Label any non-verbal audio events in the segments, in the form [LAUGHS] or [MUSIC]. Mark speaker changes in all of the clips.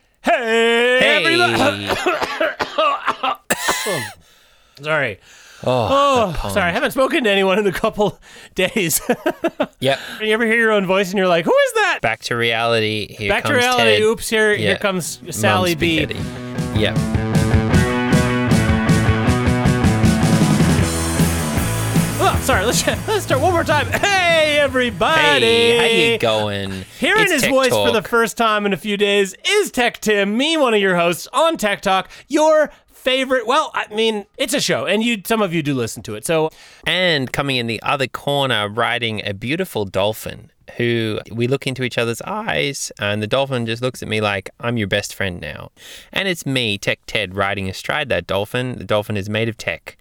Speaker 1: [LAUGHS] sorry.
Speaker 2: Oh,
Speaker 1: Oh, sorry. I haven't spoken to anyone in a couple [LAUGHS] days.
Speaker 2: yep.
Speaker 1: you ever hear your own voice and you're like, who is that?
Speaker 2: Back to reality. Here
Speaker 1: Back to
Speaker 2: comes
Speaker 1: reality.
Speaker 2: Ted.
Speaker 1: Oops, here,
Speaker 2: Yeah.
Speaker 1: here comes Sally
Speaker 2: Mom
Speaker 1: B.
Speaker 2: spaghetti. Yep.
Speaker 1: Oh, sorry. Let's [LAUGHS] let's start one more time. Hey, everybody.
Speaker 2: Hey, how you going?
Speaker 1: Hearing
Speaker 2: It's
Speaker 1: his
Speaker 2: Tech
Speaker 1: voice for
Speaker 2: Talk.
Speaker 1: the first time in a few days is Tech Tim, me, one of your hosts on Tech Talk, your favorite. Well, I mean, it's a show, and you some of you do listen to it. So
Speaker 2: And coming in the other corner, riding a beautiful dolphin who we look into each other's eyes, and the dolphin just looks at me like, I'm your best friend now. And it's me, Tech Ted, riding astride that dolphin. The dolphin is made of tech,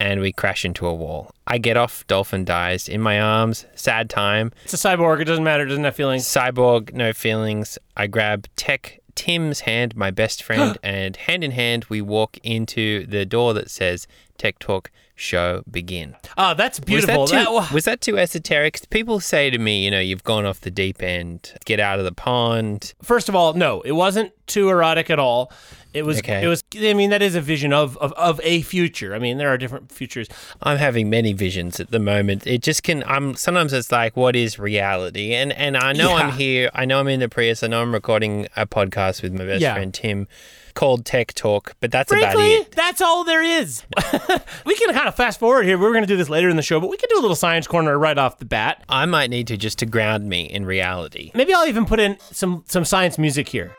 Speaker 2: and we crash into a wall. I get off, dolphin dies in my arms, sad time.
Speaker 1: it's a cyborg. It doesn't matter. It doesn't have feelings.
Speaker 2: Cyborg, no feelings. I grab Tech Tim's hand,
Speaker 1: [GASPS]
Speaker 2: my best friend, and hand in hand, we walk into the door that says, Tech Talk Show Begin.
Speaker 1: Oh, that's beautiful.
Speaker 2: Was that, too,
Speaker 1: That wa-
Speaker 2: was that too esoteric? People say to me, you know, you've gone off the deep end, get out of the pond.
Speaker 1: first of all, no, it wasn't too erotic at all. It was.
Speaker 2: Okay.
Speaker 1: It was. I mean, that is a vision of, of of a future. I mean, there are different futures.
Speaker 2: I'm having many visions at the moment. It just can. I'm sometimes it's like, what is reality? And and I know I'm
Speaker 1: Yeah.
Speaker 2: here. I know I'm in the Prius. I know I'm recording a podcast with my best
Speaker 1: Yeah.
Speaker 2: friend Tim, called Tech Talk. But that's
Speaker 1: Frankly,
Speaker 2: about it.
Speaker 1: that's all there is. [LAUGHS] we can kind of fast forward here. We We're going to do this later in the show, but we can do a little science corner right off the bat.
Speaker 2: I might need to just to ground me in reality.
Speaker 1: Maybe I'll even put in some some science music here.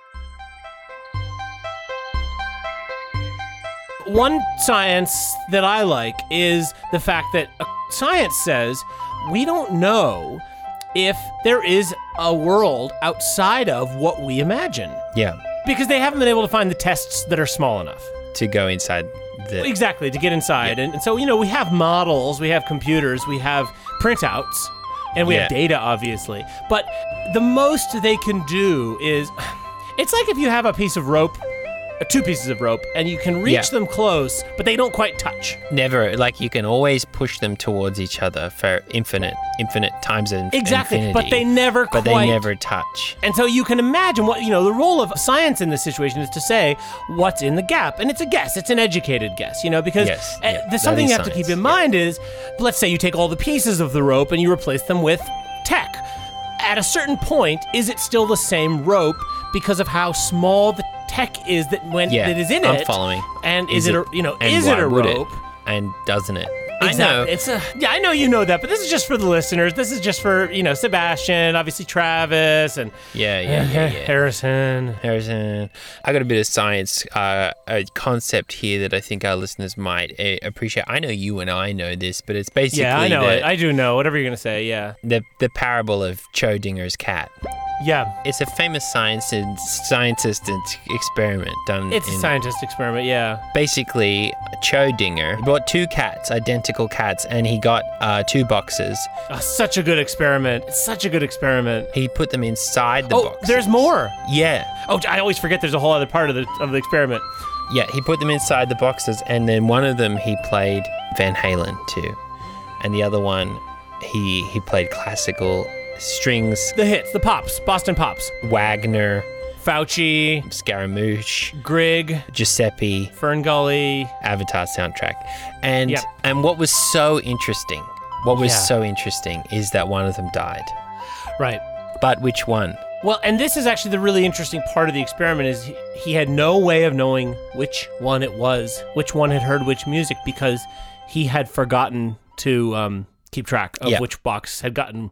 Speaker 1: One science that I like is the fact that uh, science says we don't know if there is a world outside of what we imagine
Speaker 2: Yeah,
Speaker 1: because they haven't been able to find the tests that are small enough.
Speaker 2: to go inside the.
Speaker 1: Exactly, to get inside. And, and so, you know, we have models, we have computers, we have printouts, and we have
Speaker 2: Yeah.
Speaker 1: data, obviously. But the most they can do is [SIGHS] it's like if you have a piece of rope, uh, two pieces of rope, and you can reach
Speaker 2: Yeah.
Speaker 1: them close, but they don't quite touch.
Speaker 2: Never like you can always push them towards each other for infinite, infinite times and
Speaker 1: Exactly, but they never
Speaker 2: but
Speaker 1: quite.
Speaker 2: they never touch.
Speaker 1: And so you can imagine what, you know, the role of science in this situation is to say what's in the gap. And it's a guess, it's an educated guess, you know, because
Speaker 2: Yes,
Speaker 1: uh,
Speaker 2: yeah,
Speaker 1: there's
Speaker 2: that
Speaker 1: something
Speaker 2: is
Speaker 1: you have to keep
Speaker 2: science,
Speaker 1: in
Speaker 2: yeah.
Speaker 1: mind is let's say you take all the pieces of the rope and you replace them with tech. At a certain point, is it still the same rope because of how small the tech is that when
Speaker 2: Yeah,
Speaker 1: that is in
Speaker 2: I'm
Speaker 1: it?
Speaker 2: following.
Speaker 1: And is,
Speaker 2: Is
Speaker 1: it,
Speaker 2: it-
Speaker 1: a, you know,
Speaker 2: and
Speaker 1: is it
Speaker 2: why
Speaker 1: a
Speaker 2: would it?
Speaker 1: rope?
Speaker 2: and doesn't it?
Speaker 1: Exactly.
Speaker 2: I know.
Speaker 1: It's a yeah. I know you know that, but this is just for the listeners. This is just for you know Sebastian, obviously Travis, and
Speaker 2: Yeah, yeah, yeah, yeah.
Speaker 1: Harrison.
Speaker 2: There's a, I got a bit of science uh, a concept here that I think our listeners might uh, appreciate. I know you and I know this, but it's basically
Speaker 1: Yeah, I know
Speaker 2: the,
Speaker 1: it. I do know. Whatever you're gonna say, yeah,
Speaker 2: the the parable of Chodinger's cat.
Speaker 1: yeah.
Speaker 2: It's a famous science and scientist and experiment done.
Speaker 1: It's a
Speaker 2: in,
Speaker 1: scientist experiment. Yeah,
Speaker 2: basically Chodinger bought two cats, identical cats, and he got uh, two boxes.
Speaker 1: Oh, such a good experiment. It's such a good experiment.
Speaker 2: He put them inside the
Speaker 1: oh,
Speaker 2: box.
Speaker 1: there's more.
Speaker 2: yeah,
Speaker 1: Oh, I always forget. There's a whole other part of the of the experiment.
Speaker 2: yeah. He put them inside the boxes, and then one of them he played Van Halen to, and the other one he he played classical strings,
Speaker 1: The hits, the pops, Boston pops,
Speaker 2: Wagner,
Speaker 1: Fauci,
Speaker 2: Scaramouche,
Speaker 1: Grig,
Speaker 2: Giuseppe,
Speaker 1: Fern Gully.
Speaker 2: Avatar soundtrack, and
Speaker 1: Yeah.
Speaker 2: and what was so interesting, what was
Speaker 1: Yeah.
Speaker 2: so interesting is that one of them died,
Speaker 1: Right.
Speaker 2: but which one?
Speaker 1: Well, and this is actually the really interesting part of the experiment is he, he had no way of knowing which one it was, which one had heard which music because he had forgotten to um, keep track of
Speaker 2: Yeah.
Speaker 1: which box had gotten.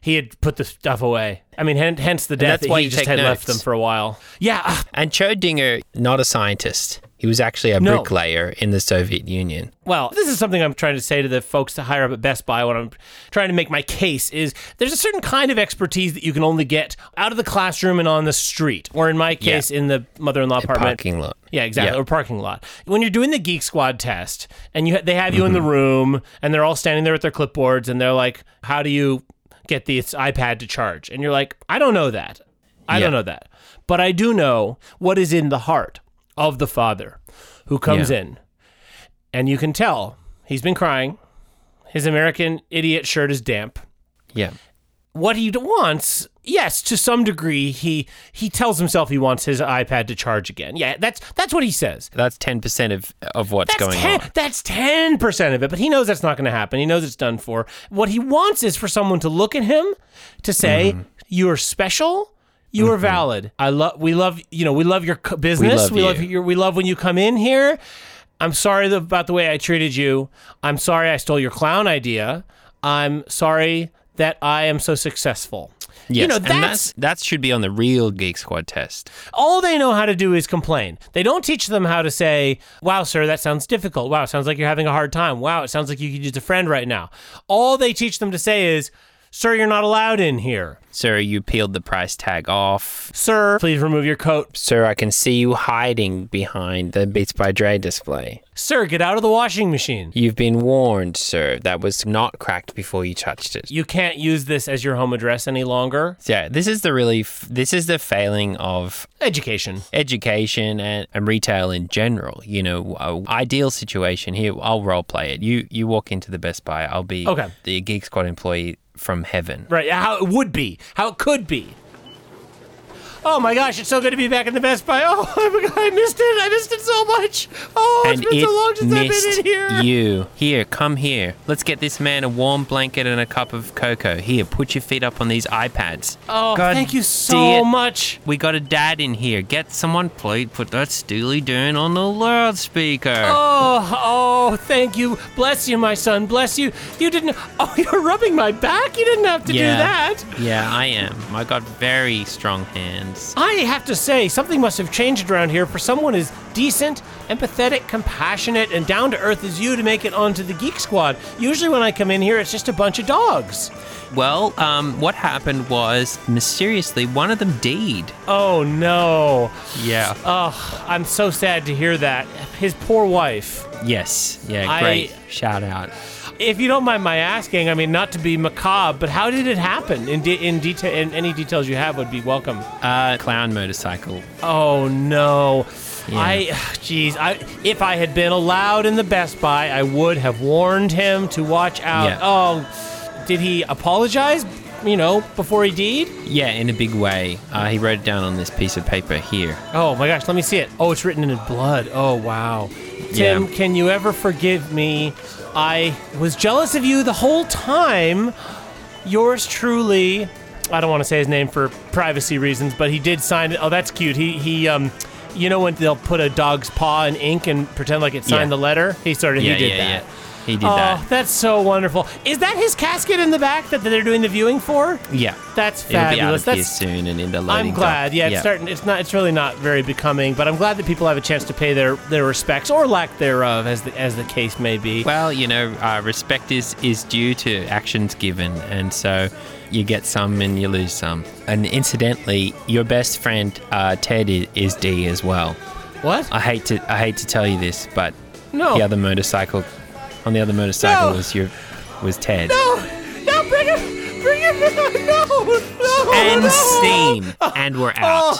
Speaker 1: He had put the stuff away. I mean, hen- hence the death.
Speaker 2: that's
Speaker 1: that
Speaker 2: why
Speaker 1: he
Speaker 2: you
Speaker 1: just
Speaker 2: take
Speaker 1: had left them
Speaker 2: notes.
Speaker 1: for a while. Yeah, ah,
Speaker 2: And Chodinger, not a scientist. He was actually a
Speaker 1: No.
Speaker 2: bricklayer in the Soviet Union.
Speaker 1: well, this is something I'm trying to say to the folks to hire up at Best Buy when I'm trying to make my case is there's a certain kind of expertise that you can only get out of the classroom and on the street, or in my
Speaker 2: Yeah.
Speaker 1: case, in the mother-in-law apartment.
Speaker 2: Parking lot.
Speaker 1: Yeah, exactly.
Speaker 2: Yeah.
Speaker 1: Or parking lot. When you're doing the Geek Squad test, and you they have you
Speaker 2: Mm-hmm.
Speaker 1: in the room, and they're all standing there with their clipboards, and they're like, "How do you get this iPad to charge?" And you're like, "I don't know that. I
Speaker 2: Yeah.
Speaker 1: don't know that, but I do know what is in the heart of the father who comes
Speaker 2: Yeah.
Speaker 1: in, and you can tell he's been crying. His American idiot shirt is damp."
Speaker 2: Yeah.
Speaker 1: what he wants yes to some degree he he tells himself he wants his ipad to charge again yeah that's that's what he says
Speaker 2: That's 10% of, of what's
Speaker 1: that's
Speaker 2: going
Speaker 1: ten,
Speaker 2: on.
Speaker 1: That's ten percent of it, but he knows that's not going to happen. He knows it's done for. What he wants is for someone to look at him to say,
Speaker 2: Mm-hmm.
Speaker 1: "You are special. You are valid. I love. We love. You know, we love your c- business.
Speaker 2: love
Speaker 1: We love,
Speaker 2: you."
Speaker 1: your. We love when you come in here. I'm sorry th- about the way I treated you. I'm sorry I stole your clown idea. I'm sorry that I am so successful.
Speaker 2: Yes.
Speaker 1: you know,
Speaker 2: and that's, that should be on the real Geek Squad test.
Speaker 1: all they know how to do is complain. They don't teach them how to say, wow, sir, that sounds difficult. Wow, it sounds like you're having a hard time. Wow, it sounds like you could use a friend right now. All they teach them to say is, sir, you're not allowed in here.
Speaker 2: Sir, you peeled the price tag off.
Speaker 1: Sir, please remove your coat.
Speaker 2: Sir, I can see you hiding behind the Beats by Dre display.
Speaker 1: Sir, get out of the washing machine.
Speaker 2: You've been warned, sir. That was not cracked before you touched it.
Speaker 1: You can't use this as your home address any longer.
Speaker 2: Yeah, this is the really f- this is the failing of
Speaker 1: Education.
Speaker 2: education and, and retail in general. You know, uh, ideal situation here. I'll role play it. You you walk into the Best Buy. I'll be
Speaker 1: Okay.
Speaker 2: the Geek Squad employee from heaven.
Speaker 1: Right, how it would be, how it could be. Oh my gosh, it's so good to be back in the Best Buy. [LAUGHS] Oh, I missed it. I missed it so much. Oh, it's
Speaker 2: And
Speaker 1: been
Speaker 2: it
Speaker 1: so long since I've
Speaker 2: missed
Speaker 1: been in here.
Speaker 2: you. Here, come here. Let's get this man a warm blanket and a cup of cocoa. Here, put your feet up on these iPads.
Speaker 1: Oh,
Speaker 2: God
Speaker 1: thank you so
Speaker 2: dear-
Speaker 1: much.
Speaker 2: We got a dad in here. Get someone, please, put that steely down on the loudspeaker.
Speaker 1: Oh, oh, thank you. Bless you, my son. Bless you. You didn't. Oh, [LAUGHS] you're rubbing my back. You didn't have to do that.
Speaker 2: Yeah, I am. I got very strong hands.
Speaker 1: I have to say, something must have changed around here for someone as decent, empathetic, compassionate, and down to earth as you to make it onto the Geek Squad. Usually, when I come in here, it's just a bunch of dogs.
Speaker 2: Well, um, what happened was mysteriously one of them deed.
Speaker 1: Oh, no.
Speaker 2: Yeah.
Speaker 1: Oh, I'm so sad to hear that. His poor wife.
Speaker 2: Yes. Yeah.
Speaker 1: I-
Speaker 2: Great. Shout out.
Speaker 1: If you don't mind my asking, I mean, not to be macabre, but how did it happen? In, de- in detail, in any details you have would be welcome.
Speaker 2: Uh, clown motorcycle.
Speaker 1: Oh no.
Speaker 2: Yeah.
Speaker 1: I, jeez, I if I had been allowed in the Best Buy, I would have warned him to watch out.
Speaker 2: Yeah.
Speaker 1: Oh, did he apologize? You know, before he deed?
Speaker 2: Yeah, in a big way. Uh, he wrote it down on this piece of paper here.
Speaker 1: Oh my gosh, let me see it. Oh, it's written in blood. Oh wow. Tim,
Speaker 2: Yeah.
Speaker 1: can you ever forgive me? I was jealous of you the whole time. Yours truly. I don't want to say his name for privacy reasons, but he did sign it. Oh, that's cute. He he um you know when they'll put a dog's paw in ink and pretend like it signed
Speaker 2: Yeah.
Speaker 1: the letter? He sort of
Speaker 2: Yeah,
Speaker 1: he did
Speaker 2: yeah,
Speaker 1: that.
Speaker 2: yeah. He did
Speaker 1: Oh,
Speaker 2: that.
Speaker 1: that's so wonderful. Is that his casket in the back that they're doing the viewing for?
Speaker 2: Yeah.
Speaker 1: That's
Speaker 2: It'll be out
Speaker 1: fabulous.
Speaker 2: of here
Speaker 1: That's
Speaker 2: soon and in the loading
Speaker 1: I'm glad.
Speaker 2: dock.
Speaker 1: Yeah, it's starting. It's not. It's really not very becoming. But I'm glad that people have a chance to pay their their respects or lack thereof, as the as the case may be.
Speaker 2: Well, you know, uh, respect is, is due to actions given, and so you get some and you lose some. And incidentally, your best friend uh, Ted is, is D as well.
Speaker 1: What?
Speaker 2: I hate to I hate to tell you this, but
Speaker 1: No.
Speaker 2: the other motorcycle on the other motorcycle
Speaker 1: No.
Speaker 2: was your was Ted.
Speaker 1: no, no, bring it, bring it, [LAUGHS] no, no,
Speaker 2: And
Speaker 1: no.
Speaker 2: steam, and we're out.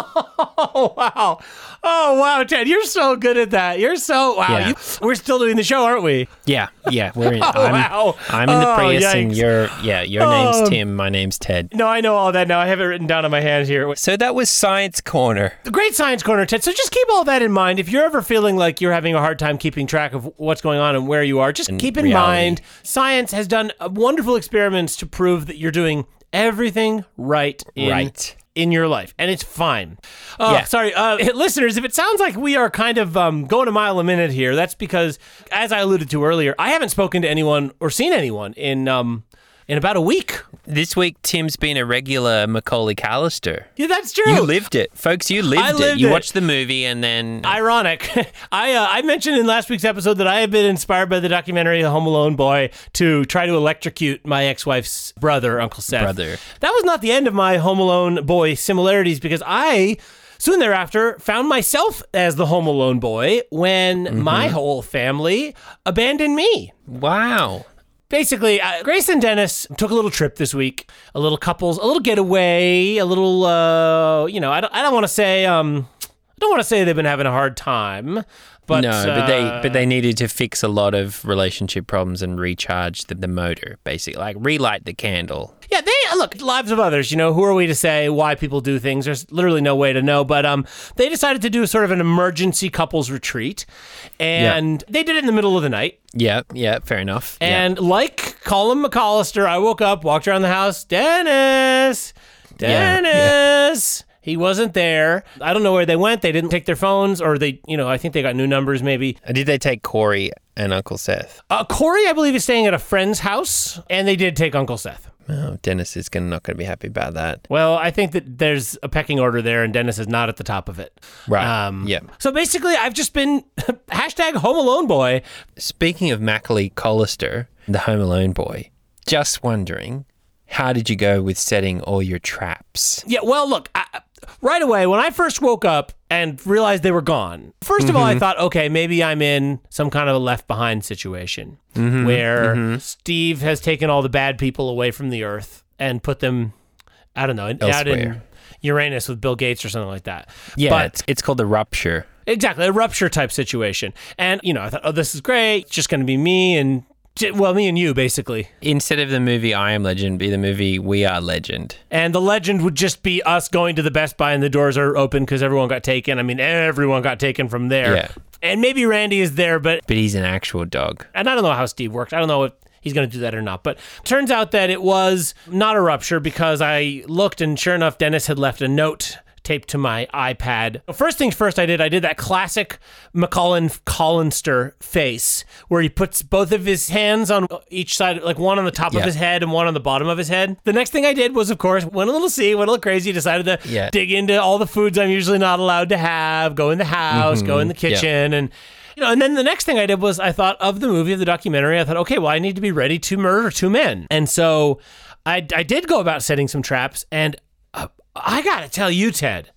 Speaker 1: Oh wow, oh wow, Ted, you're so good at that. You're so wow.
Speaker 2: Yeah.
Speaker 1: You, we're still doing the show, aren't we?
Speaker 2: Yeah, yeah, we're in.
Speaker 1: [LAUGHS] Oh,
Speaker 2: I'm,
Speaker 1: wow.
Speaker 2: I'm in the
Speaker 1: Oh,
Speaker 2: Prius, and
Speaker 1: yikes.
Speaker 2: you're yeah. Your
Speaker 1: Um,
Speaker 2: name's Tim. My name's Ted.
Speaker 1: No, I know all that now. I have it written down on my hand here.
Speaker 2: So that was Science Corner.
Speaker 1: The Great Science Corner, Ted. So just keep all that in mind. If you're ever feeling like you're having a hard time keeping track of what's going on and where you are, just keep in
Speaker 2: reality.
Speaker 1: mind science has done uh, wonderful experiments to prove that you're doing everything right in,
Speaker 2: Right.
Speaker 1: in your life, and it's fine. Uh,
Speaker 2: Yeah.
Speaker 1: Sorry, uh, [LAUGHS] listeners, if it sounds like we are kind of um, going a mile a minute here, that's because, as I alluded to earlier, I haven't spoken to anyone or seen anyone in um, in about a week.
Speaker 2: This week, Tim's been a regular Macaulay Callister.
Speaker 1: Yeah, that's true.
Speaker 2: You lived it, folks. You lived,
Speaker 1: lived
Speaker 2: it. You
Speaker 1: it.
Speaker 2: watched the movie, and then
Speaker 1: ironic. [LAUGHS] I uh, I mentioned in last week's episode that I have been inspired by the documentary The Home Alone Boy to try to electrocute my ex-wife's brother, Uncle Seth.
Speaker 2: Brother.
Speaker 1: That was not the end of my Home Alone Boy similarities because I soon thereafter found myself as the Home Alone Boy when my whole family abandoned me
Speaker 2: wow,
Speaker 1: basically, uh, Grace and Dennis took a little trip this week, a little couples, a little getaway, a little, uh, you know, I don't, I don't want to say, um, don't want to say they've been having a hard time, but
Speaker 2: no, but they
Speaker 1: uh,
Speaker 2: but they needed to fix a lot of relationship problems and recharge the, the motor, basically, like relight the candle.
Speaker 1: Yeah, they look lives of others. You know, who are we to say why people do things? There's literally no way to know. But um, they decided to do sort of an emergency couples retreat, and they did it in the middle of the night.
Speaker 2: Yeah, yeah, fair enough. Yeah.
Speaker 1: And like Colin McAllister, I woke up, walked around the house, Dennis,
Speaker 2: Yeah, yeah.
Speaker 1: Dennis. He wasn't there. I don't know where they went. They didn't take their phones, or they, you know, I think they got new numbers maybe.
Speaker 2: did they take Corey and Uncle Seth?
Speaker 1: Uh, Corey, I believe, is staying at a friend's house, and they did take Uncle Seth.
Speaker 2: Oh, Dennis is gonna not gonna be happy about that.
Speaker 1: Well, I think that there's a pecking order there, and Dennis is not at the top of it. Um,
Speaker 2: Right. yeah.
Speaker 1: So basically, I've just been [LAUGHS] hashtag home alone boy.
Speaker 2: Speaking of Macaulay Collister, the Home Alone boy, just wondering, how did you go with setting all your traps?
Speaker 1: Yeah, well, look, I, right away, when I first woke up and realized they were gone, 1st of all,
Speaker 2: Mm-hmm.
Speaker 1: I thought, okay, maybe I'm in some kind of a left behind situation
Speaker 2: Mm-hmm.
Speaker 1: where Steve has taken all the bad people away from the earth and put them, I don't know, in- out in
Speaker 2: Elsewhere.
Speaker 1: Uranus with Bill Gates or something like that.
Speaker 2: Yeah,
Speaker 1: But
Speaker 2: it's, it's called the rupture.
Speaker 1: Exactly, a rupture type situation. And, you know, I thought, oh, this is great. It's just going to be me and, well, me and you, basically.
Speaker 2: Instead of the movie I Am Legend, be the movie We Are Legend.
Speaker 1: And the legend would just be us going to the Best Buy and the doors are open because everyone got taken. I mean, everyone got taken from there.
Speaker 2: Yeah.
Speaker 1: And maybe Randy is there, but,
Speaker 2: But he's an actual dog.
Speaker 1: and I don't know how Steve worked. I don't know if he's going to do that or not. But turns out that it was not a rupture because I looked and sure enough, Dennis had left a note. Taped to my iPad. First things first, I did. I did that classic McCollin Collinster face where he puts both of his hands on each side, like one on the top of
Speaker 2: Yeah.
Speaker 1: his head and one on the bottom of his head. The next thing I did was, of course, went a little see, went a little crazy, decided to
Speaker 2: Yeah.
Speaker 1: dig into all the foods I'm usually not allowed to have, go in the house, go in the kitchen, and you know. And then the next thing I did was I thought of the movie, of the documentary. I thought, okay, well, I need to be ready to murder two men, and so I I did go about setting some traps, and uh, I gotta tell you, Ted,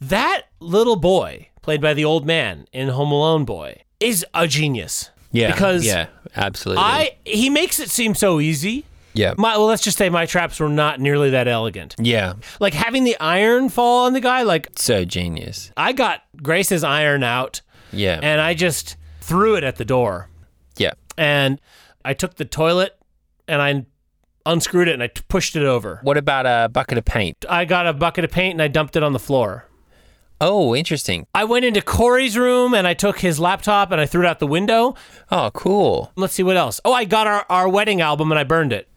Speaker 1: that little boy played by the old man in Home Alone Boy is a genius.
Speaker 2: Yeah.
Speaker 1: because
Speaker 2: yeah, absolutely.
Speaker 1: I he makes it seem so easy.
Speaker 2: yeah.
Speaker 1: My, well, let's just say my traps were not nearly that elegant.
Speaker 2: yeah.
Speaker 1: Like having the iron fall on the guy, like
Speaker 2: So genius.
Speaker 1: I got Grace's iron out
Speaker 2: Yeah.
Speaker 1: and I just threw it at the door.
Speaker 2: yeah.
Speaker 1: And I took the toilet and I unscrewed it and I t- pushed it over.
Speaker 2: What about a bucket of paint?
Speaker 1: I got a bucket of paint and I dumped it on the floor.
Speaker 2: Oh, interesting.
Speaker 1: I went into Corey's room and I took his laptop and I threw it out the window.
Speaker 2: Oh, cool.
Speaker 1: Let's see what else. Oh, I got our, our wedding album and I burned it.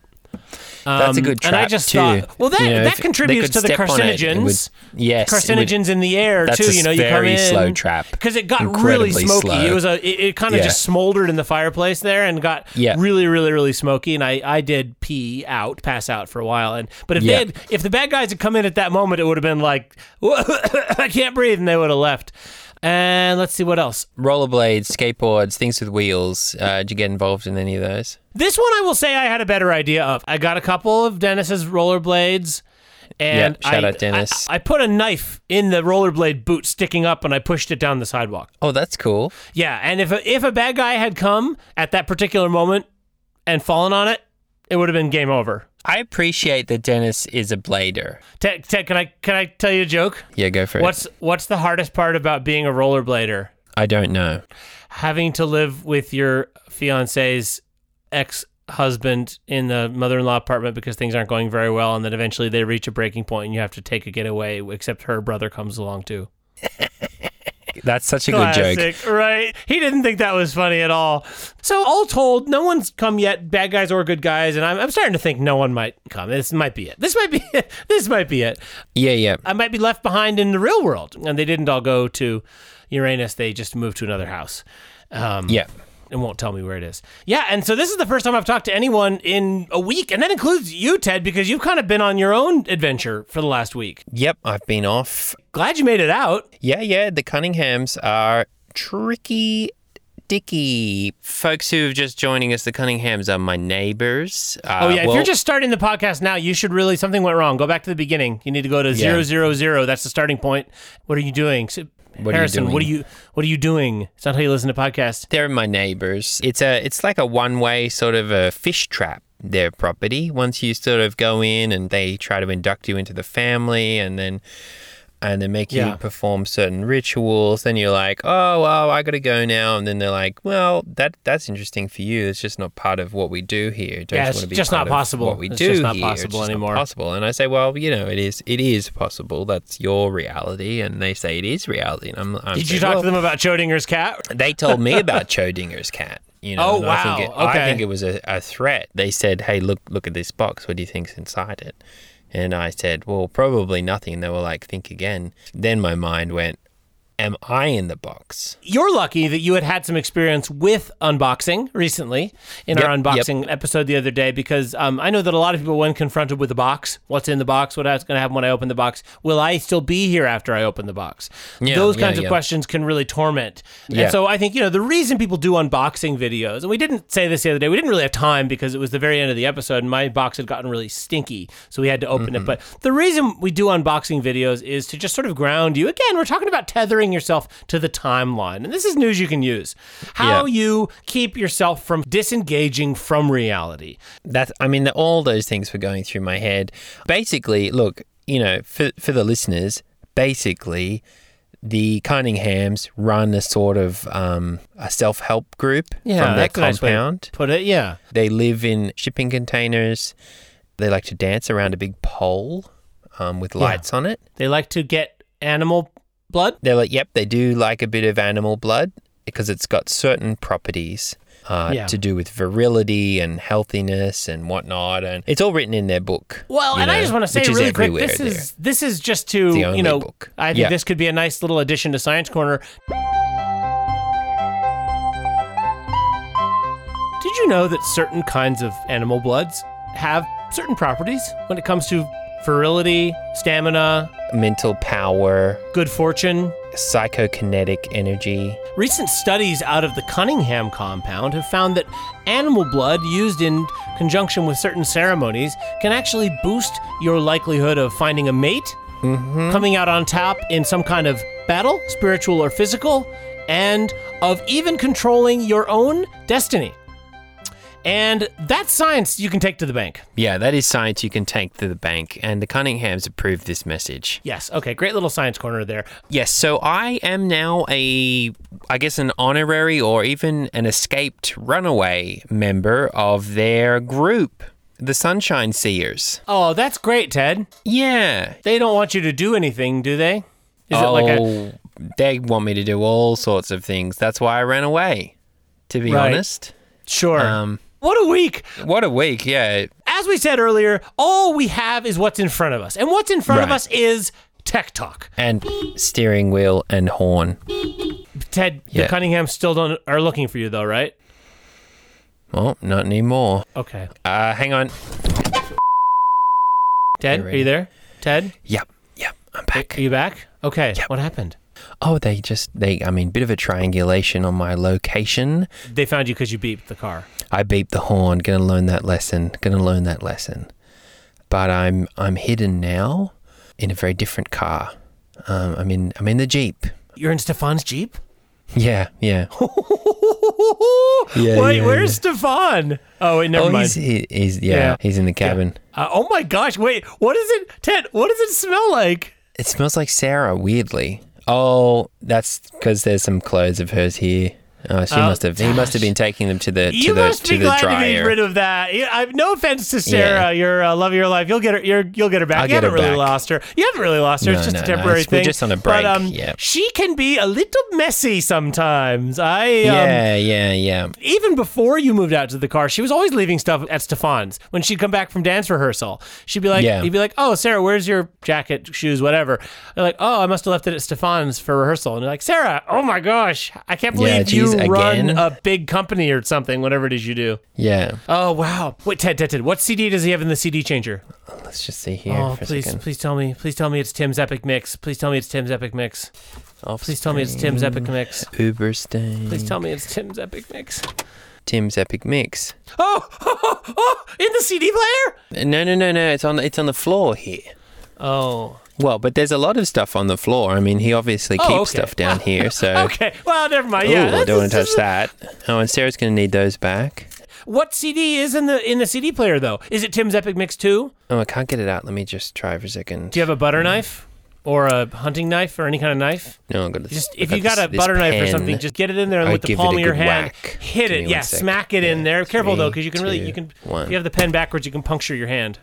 Speaker 2: That's a
Speaker 1: Um,
Speaker 2: good trap
Speaker 1: And I just
Speaker 2: too.
Speaker 1: thought, well, that,
Speaker 2: You know, if
Speaker 1: that
Speaker 2: they
Speaker 1: contributes
Speaker 2: could
Speaker 1: to the
Speaker 2: step on it, it would-
Speaker 1: carcinogens.
Speaker 2: yes, it would-
Speaker 1: carcinogens in the air
Speaker 2: That's
Speaker 1: too.
Speaker 2: a
Speaker 1: you know, you come
Speaker 2: very
Speaker 1: in
Speaker 2: slow trap.
Speaker 1: because it got really
Speaker 2: Incredibly
Speaker 1: smoky.
Speaker 2: slow.
Speaker 1: It was a it, it kind of
Speaker 2: Yeah.
Speaker 1: just smoldered in the fireplace there and got
Speaker 2: Yeah.
Speaker 1: really really really smoky. And I I did pee out, pass out for a while. And but if they
Speaker 2: Yeah.
Speaker 1: had, if the bad guys had come in at that moment, it would have been like [COUGHS] I can't breathe, and they would have left. And let's see what else.
Speaker 2: rollerblades, skateboards, things with wheels. Uh, did you get involved in any of those?
Speaker 1: This one I will say I had a better idea of. I got a couple of Dennis's rollerblades. And
Speaker 2: Yeah, shout
Speaker 1: I,
Speaker 2: out Dennis.
Speaker 1: I, I put a knife in the rollerblade boot sticking up and I pushed it down the sidewalk.
Speaker 2: Oh, that's cool.
Speaker 1: Yeah, and if a, if a bad guy had come at that particular moment and fallen on it, it would have been game over.
Speaker 2: I appreciate that Dennis is a blader.
Speaker 1: Ted, Ted can I can I tell you a joke?
Speaker 2: Yeah, go for it.
Speaker 1: What's what's the hardest part about being a rollerblader?
Speaker 2: I don't know.
Speaker 1: Having to live with your fiance's ex husband in the mother in law apartment because things aren't going very well, and then eventually they reach a breaking point and you have to take a getaway. Except her brother comes along too.
Speaker 2: That's such a good joke.
Speaker 1: Classic, right? He didn't think that was funny at all. So all told, no one's come yet, bad guys or good guys, and I'm, I'm starting to think no one might come. This might be it. This might be it. [LAUGHS] This might be it.
Speaker 2: Yeah, yeah.
Speaker 1: I might be left behind in the real world. And they didn't all go to Uranus. They just moved to another house. Um,
Speaker 2: Yeah.
Speaker 1: And won't tell me where it is. Yeah, and so this is the first time I've talked to anyone in a week, and that includes you, Ted, because you've kind of been on your own adventure for the last week.
Speaker 2: Yep, I've been off.
Speaker 1: Glad you made it out.
Speaker 2: Yeah, yeah. The Cunninghams are tricky, dicky. Folks who are just joining us, the Cunninghams are my neighbors. Uh,
Speaker 1: Oh yeah, if
Speaker 2: well,
Speaker 1: you're just starting the podcast now, you should really something went wrong. Go back to the beginning. You need to go to
Speaker 2: Yeah.
Speaker 1: zero zero zero. That's the starting point. What are you doing, S-
Speaker 2: are you
Speaker 1: Harrison? What are
Speaker 2: doing?
Speaker 1: you What are you doing? It's not how you listen to podcasts.
Speaker 2: They're my neighbors. It's a it's like a one way sort of a fish trap. Their property. Once you sort of go in and they try to induct you into the family, and then and they make
Speaker 1: Yeah.
Speaker 2: you perform certain rituals. Then you're like, oh, well, I got to go now. And then they're like, well, that that's interesting for you. It's just not part of what we do here. Don't
Speaker 1: Yeah,
Speaker 2: you
Speaker 1: it's
Speaker 2: wanna be
Speaker 1: just
Speaker 2: part
Speaker 1: not
Speaker 2: of
Speaker 1: possible.
Speaker 2: What we
Speaker 1: It's
Speaker 2: do
Speaker 1: just not
Speaker 2: here. It's
Speaker 1: possible
Speaker 2: just not
Speaker 1: anymore."
Speaker 2: possible. And I say, well, you know, it is. It is possible. That's your reality. And they say it is reality. And I'm, I'm
Speaker 1: Did you
Speaker 2: saying,
Speaker 1: talk
Speaker 2: "Well,
Speaker 1: to them about Schrodinger's cat?
Speaker 2: they told me
Speaker 1: [LAUGHS]
Speaker 2: about Chodinger's cat. You know,
Speaker 1: Oh,
Speaker 2: and I think it,
Speaker 1: wow. Okay.
Speaker 2: I think it was a, a threat. They said, "Hey, look, look at this box. What do you think's inside it?" And I said, "Well, probably nothing." And they were like, "Think again." Then my mind went, "Am I in the box?"
Speaker 1: You're lucky that you had had some experience with unboxing recently in our
Speaker 2: Yep,
Speaker 1: unboxing episode the other day because um, I know that a lot of people, when confronted with the box, what's in the box, what's going to happen when I open the box, will I still be here after I open the box?
Speaker 2: Yeah,
Speaker 1: Those
Speaker 2: yeah,
Speaker 1: kinds of
Speaker 2: yeah.
Speaker 1: questions can really torment.
Speaker 2: Yeah.
Speaker 1: And so I think, you know, the reason people do unboxing videos, and we didn't say this the other day, we didn't really have time because it was the very end of the episode and my box had gotten really stinky. So we had to open
Speaker 2: Mm-hmm.
Speaker 1: it. But the reason we do unboxing videos is to just sort of ground you. Again, we're talking about tethering yourself to the timeline. And this is news you can use. How
Speaker 2: Yeah.
Speaker 1: you keep yourself from disengaging from reality.
Speaker 2: That's, I mean, all those things were going through my head. Basically, look, you know, for for the listeners, basically. The Cunninghams run a sort of um, a self-help group from their
Speaker 1: that's a nice way to
Speaker 2: compound.
Speaker 1: put it, yeah.
Speaker 2: They live in shipping containers. They like to dance around a big pole um, with lights on it.
Speaker 1: They like to get animal blood.
Speaker 2: They're like, yep, they do like a bit of animal blood because it's got certain properties uh,
Speaker 1: Yeah.
Speaker 2: to do with virility and healthiness and whatnot. And it's all written in their book.
Speaker 1: Well,
Speaker 2: you
Speaker 1: and I
Speaker 2: know,
Speaker 1: just want to say
Speaker 2: which is
Speaker 1: really quick,
Speaker 2: everywhere
Speaker 1: this
Speaker 2: there.
Speaker 1: is this is just to
Speaker 2: the only
Speaker 1: you know,
Speaker 2: book.
Speaker 1: I think
Speaker 2: Yeah.
Speaker 1: this could be a nice little addition to Science Corner. Did you know that certain kinds of animal bloods have certain properties when it comes to virility, stamina,
Speaker 2: mental power,
Speaker 1: good fortune?
Speaker 2: psychokinetic energy.
Speaker 1: Recent studies out of the Cunningham compound have found that animal blood used in conjunction with certain ceremonies can actually boost your likelihood of finding a mate, coming out on top in some kind of battle, spiritual or physical, and of even controlling your own destiny. And that's science you can take to the bank.
Speaker 2: Yeah, that is science you can take to the bank. And the Cunninghams approved this message.
Speaker 1: Yes. Okay. Great little science corner there.
Speaker 2: Yes, so I am now a, I guess, an honorary or even an escaped runaway member of their group, the Sunshine Seers.
Speaker 1: Oh, that's great, Ted.
Speaker 2: Yeah.
Speaker 1: They don't want you to do anything, do they? Is it like a
Speaker 2: Oh, they want me to do all sorts of things. That's why I ran away, to be
Speaker 1: Right.
Speaker 2: honest.
Speaker 1: sure?
Speaker 2: Um,
Speaker 1: what a week.
Speaker 2: what a week, yeah.
Speaker 1: as we said earlier, all we have is what's in front of us. And what's in front of
Speaker 2: Right.
Speaker 1: us is tech talk.
Speaker 2: And steering wheel and horn.
Speaker 1: Ted,
Speaker 2: Yeah.
Speaker 1: the Cunningham still don't are looking for you though, right?
Speaker 2: Well, not anymore.
Speaker 1: Okay.
Speaker 2: Uh, hang on.
Speaker 1: Ted,
Speaker 2: They're
Speaker 1: are you
Speaker 2: ready.
Speaker 1: there? Ted,
Speaker 2: Yep, yep, I'm
Speaker 1: are
Speaker 2: back.
Speaker 1: you back? Okay. What happened?
Speaker 2: Oh, they just, they, I mean, bit of a triangulation on my location.
Speaker 1: They found you because you beeped the car.
Speaker 2: I beep the horn. Gonna learn that lesson. Gonna learn that lesson. But I'm I'm hidden now in a very different car. Um, I'm in I'm in the jeep. [LAUGHS]
Speaker 1: You're in Stefan's [LAUGHS] Jeep?
Speaker 2: Yeah,
Speaker 1: [LAUGHS]
Speaker 2: yeah.
Speaker 1: Oh,
Speaker 2: Yeah,
Speaker 1: wait,
Speaker 2: yeah,
Speaker 1: where's Stefan? Oh, wait, never
Speaker 2: oh,
Speaker 1: mind.
Speaker 2: he's, he, he's yeah,
Speaker 1: Yeah.
Speaker 2: he's in the cabin.
Speaker 1: Uh, oh my gosh, wait, what is it? Ted, what does it smell like?
Speaker 2: It smells like Sarah. Weirdly. Oh, that's because there's some clothes of hers here. Oh, she must have. He must have been taking them to the to
Speaker 1: You
Speaker 2: the
Speaker 1: must
Speaker 2: to
Speaker 1: be
Speaker 2: the
Speaker 1: glad
Speaker 2: dryer.
Speaker 1: to be rid of that. Yeah, I, no offense to Sarah, your uh, love of your life. You'll get her. You're, you'll get her back.
Speaker 2: I'll
Speaker 1: you
Speaker 2: get her
Speaker 1: haven't really
Speaker 2: back.
Speaker 1: lost her. You haven't really lost her.
Speaker 2: No,
Speaker 1: it's just a
Speaker 2: no, no.
Speaker 1: temporary
Speaker 2: It's- we're
Speaker 1: thing.
Speaker 2: just on a
Speaker 1: But
Speaker 2: break.
Speaker 1: um,
Speaker 2: Yeah.
Speaker 1: she can be a little messy sometimes. I um,
Speaker 2: yeah, yeah, yeah.
Speaker 1: even before you moved out to the car, she was always leaving stuff at Stefan's. When she'd come back from dance rehearsal, she'd be like,
Speaker 2: Yeah.
Speaker 1: "You'd be like, oh, Sarah, where's your jacket, shoes, whatever?" They're like, "Oh, I must have left it at Stefan's for rehearsal." And they're like, "Sarah, oh my gosh, I can't
Speaker 2: Yeah,
Speaker 1: believe you
Speaker 2: geez,
Speaker 1: run
Speaker 2: again?"
Speaker 1: a big company or something, whatever it is you do."
Speaker 2: Yeah.
Speaker 1: Oh wow! Wait, Ted, Ted, Ted. What CD does he have in the CD changer?
Speaker 2: Let's just see here
Speaker 1: oh,
Speaker 2: for
Speaker 1: please,
Speaker 2: a second.
Speaker 1: please tell me, please tell me it's Tim's Epic Mix. Please tell me it's Tim's Epic Mix. Oh, Please tell me it's Tim's Epic Mix.
Speaker 2: Uberstein.
Speaker 1: Please tell me it's Tim's Epic Mix.
Speaker 2: Tim's epic mix.
Speaker 1: Oh, [LAUGHS] oh, oh, oh, in the CD player.
Speaker 2: No, no, no, no. It's on. It's on the floor here.
Speaker 1: Oh,
Speaker 2: Well, but there's a lot of stuff on the floor. I mean, he obviously keeps
Speaker 1: Oh, okay. [LAUGHS]
Speaker 2: stuff down here. So,
Speaker 1: okay. Well, never mind.
Speaker 2: Ooh,
Speaker 1: Yeah,
Speaker 2: I
Speaker 1: that's-
Speaker 2: don't want to
Speaker 1: that's-
Speaker 2: touch that. Oh, and Sarah's going to need those back.
Speaker 1: What CD is in the in the CD player though? Is it Tim's Epic Mix too?
Speaker 2: Oh, I can't get it out. Let me just try for a second.
Speaker 1: Do you have a butter knife? or a hunting knife or any kind of knife.
Speaker 2: No, I'm gonna.
Speaker 1: Just
Speaker 2: I've
Speaker 1: if you got
Speaker 2: this-
Speaker 1: a
Speaker 2: this
Speaker 1: butter knife or something,
Speaker 2: pen.
Speaker 1: just get it in there and
Speaker 2: I'll
Speaker 1: with the
Speaker 2: give it
Speaker 1: palm
Speaker 2: a
Speaker 1: of your
Speaker 2: good
Speaker 1: hand,
Speaker 2: whack.
Speaker 1: hit
Speaker 2: Give
Speaker 1: it.
Speaker 2: me
Speaker 1: Yeah,
Speaker 2: one sec.
Speaker 1: smack it in
Speaker 2: Yeah,
Speaker 1: there. Careful though,
Speaker 2: three,
Speaker 1: because you can really you
Speaker 2: two,
Speaker 1: can
Speaker 2: one.
Speaker 1: if you have the pen backwards, you can puncture your hand.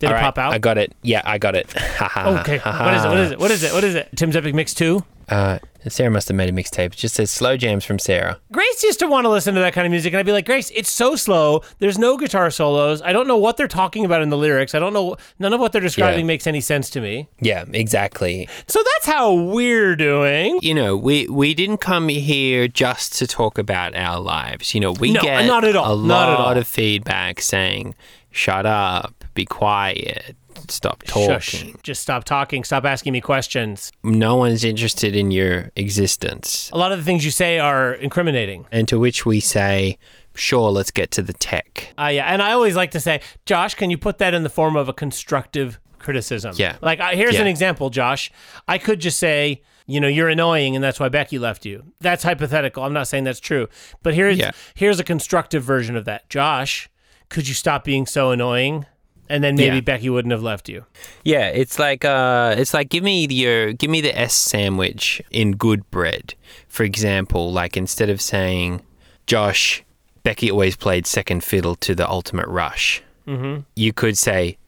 Speaker 1: Did
Speaker 2: All
Speaker 1: it
Speaker 2: right,
Speaker 1: pop out?
Speaker 2: I got it. Yeah, I got it. [LAUGHS] Ha, ha,
Speaker 1: okay.
Speaker 2: ha,
Speaker 1: What is it? What
Speaker 2: ha.
Speaker 1: is it? What is it? What is it? Tim's Epic Mix Two.
Speaker 2: Uh, Sarah must have made a mixtape. It just says slow jams from Sarah.
Speaker 1: Grace used to want to listen to that kind of music, and I'd be like, Grace, it's so slow. There's no guitar solos. I don't know what they're talking about in the lyrics. I don't know. None of what they're describing
Speaker 2: Yeah.
Speaker 1: makes any sense to me.
Speaker 2: Yeah, exactly.
Speaker 1: So that's how we're doing.
Speaker 2: You know, we we didn't come here just to talk about our lives. You know, we
Speaker 1: No,
Speaker 2: get
Speaker 1: not at all,
Speaker 2: a
Speaker 1: not at
Speaker 2: lot
Speaker 1: all.
Speaker 2: of feedback saying, "Shut up, be quiet, stop talking."
Speaker 1: Shush. Just stop talking. Stop asking me questions.
Speaker 2: No one's interested in your existence.
Speaker 1: A lot of the things you say are incriminating.
Speaker 2: And to which we say, "Sure, let's get to the tech."
Speaker 1: Uh, yeah, and I always like to say, Josh, can you put that in the form of a constructive criticism?
Speaker 2: Yeah.
Speaker 1: Like, I, here's
Speaker 2: Yeah.
Speaker 1: an example, Josh. I could just say, you know, you're annoying, and that's why Becky left you. That's hypothetical. I'm not saying that's true, but here's
Speaker 2: Yeah.
Speaker 1: here's a constructive version of that. Josh, could you stop being so annoying? And then maybe
Speaker 2: Yeah.
Speaker 1: Becky wouldn't have left you.
Speaker 2: Yeah, it's like uh, it's like give me your give me the S sandwich in good bread. For example, like instead of saying, Josh, Becky always played second fiddle to the Ultimate Rush. Mm-hmm. You could say,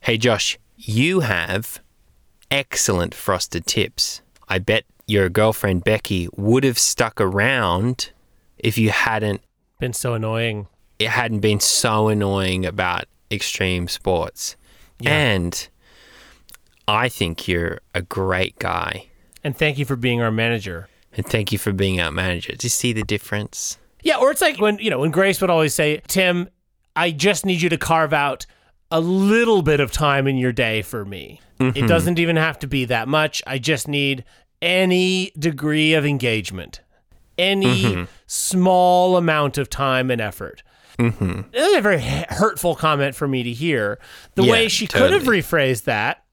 Speaker 2: Hey Josh, you have excellent frosted tips. I bet your girlfriend Becky would have stuck around if you hadn't
Speaker 1: Been so annoying.
Speaker 2: it hadn't been so annoying about extreme sports. And I think you're a great guy.
Speaker 1: And thank you for being our manager.
Speaker 2: And thank you for being our manager. Do you see the difference?
Speaker 1: Yeah, or it's like when you know when Grace would always say, "Tim, I just need you to carve out a little bit of time in your day for me.
Speaker 2: Mm-hmm.
Speaker 1: It doesn't even have to be that much. I just need any degree of engagement, any
Speaker 2: Mm-hmm.
Speaker 1: small amount of time and effort." Mm-hmm. That was a very h- hurtful comment for me to hear. The
Speaker 2: Yeah,
Speaker 1: way she could have
Speaker 2: totally.
Speaker 1: rephrased that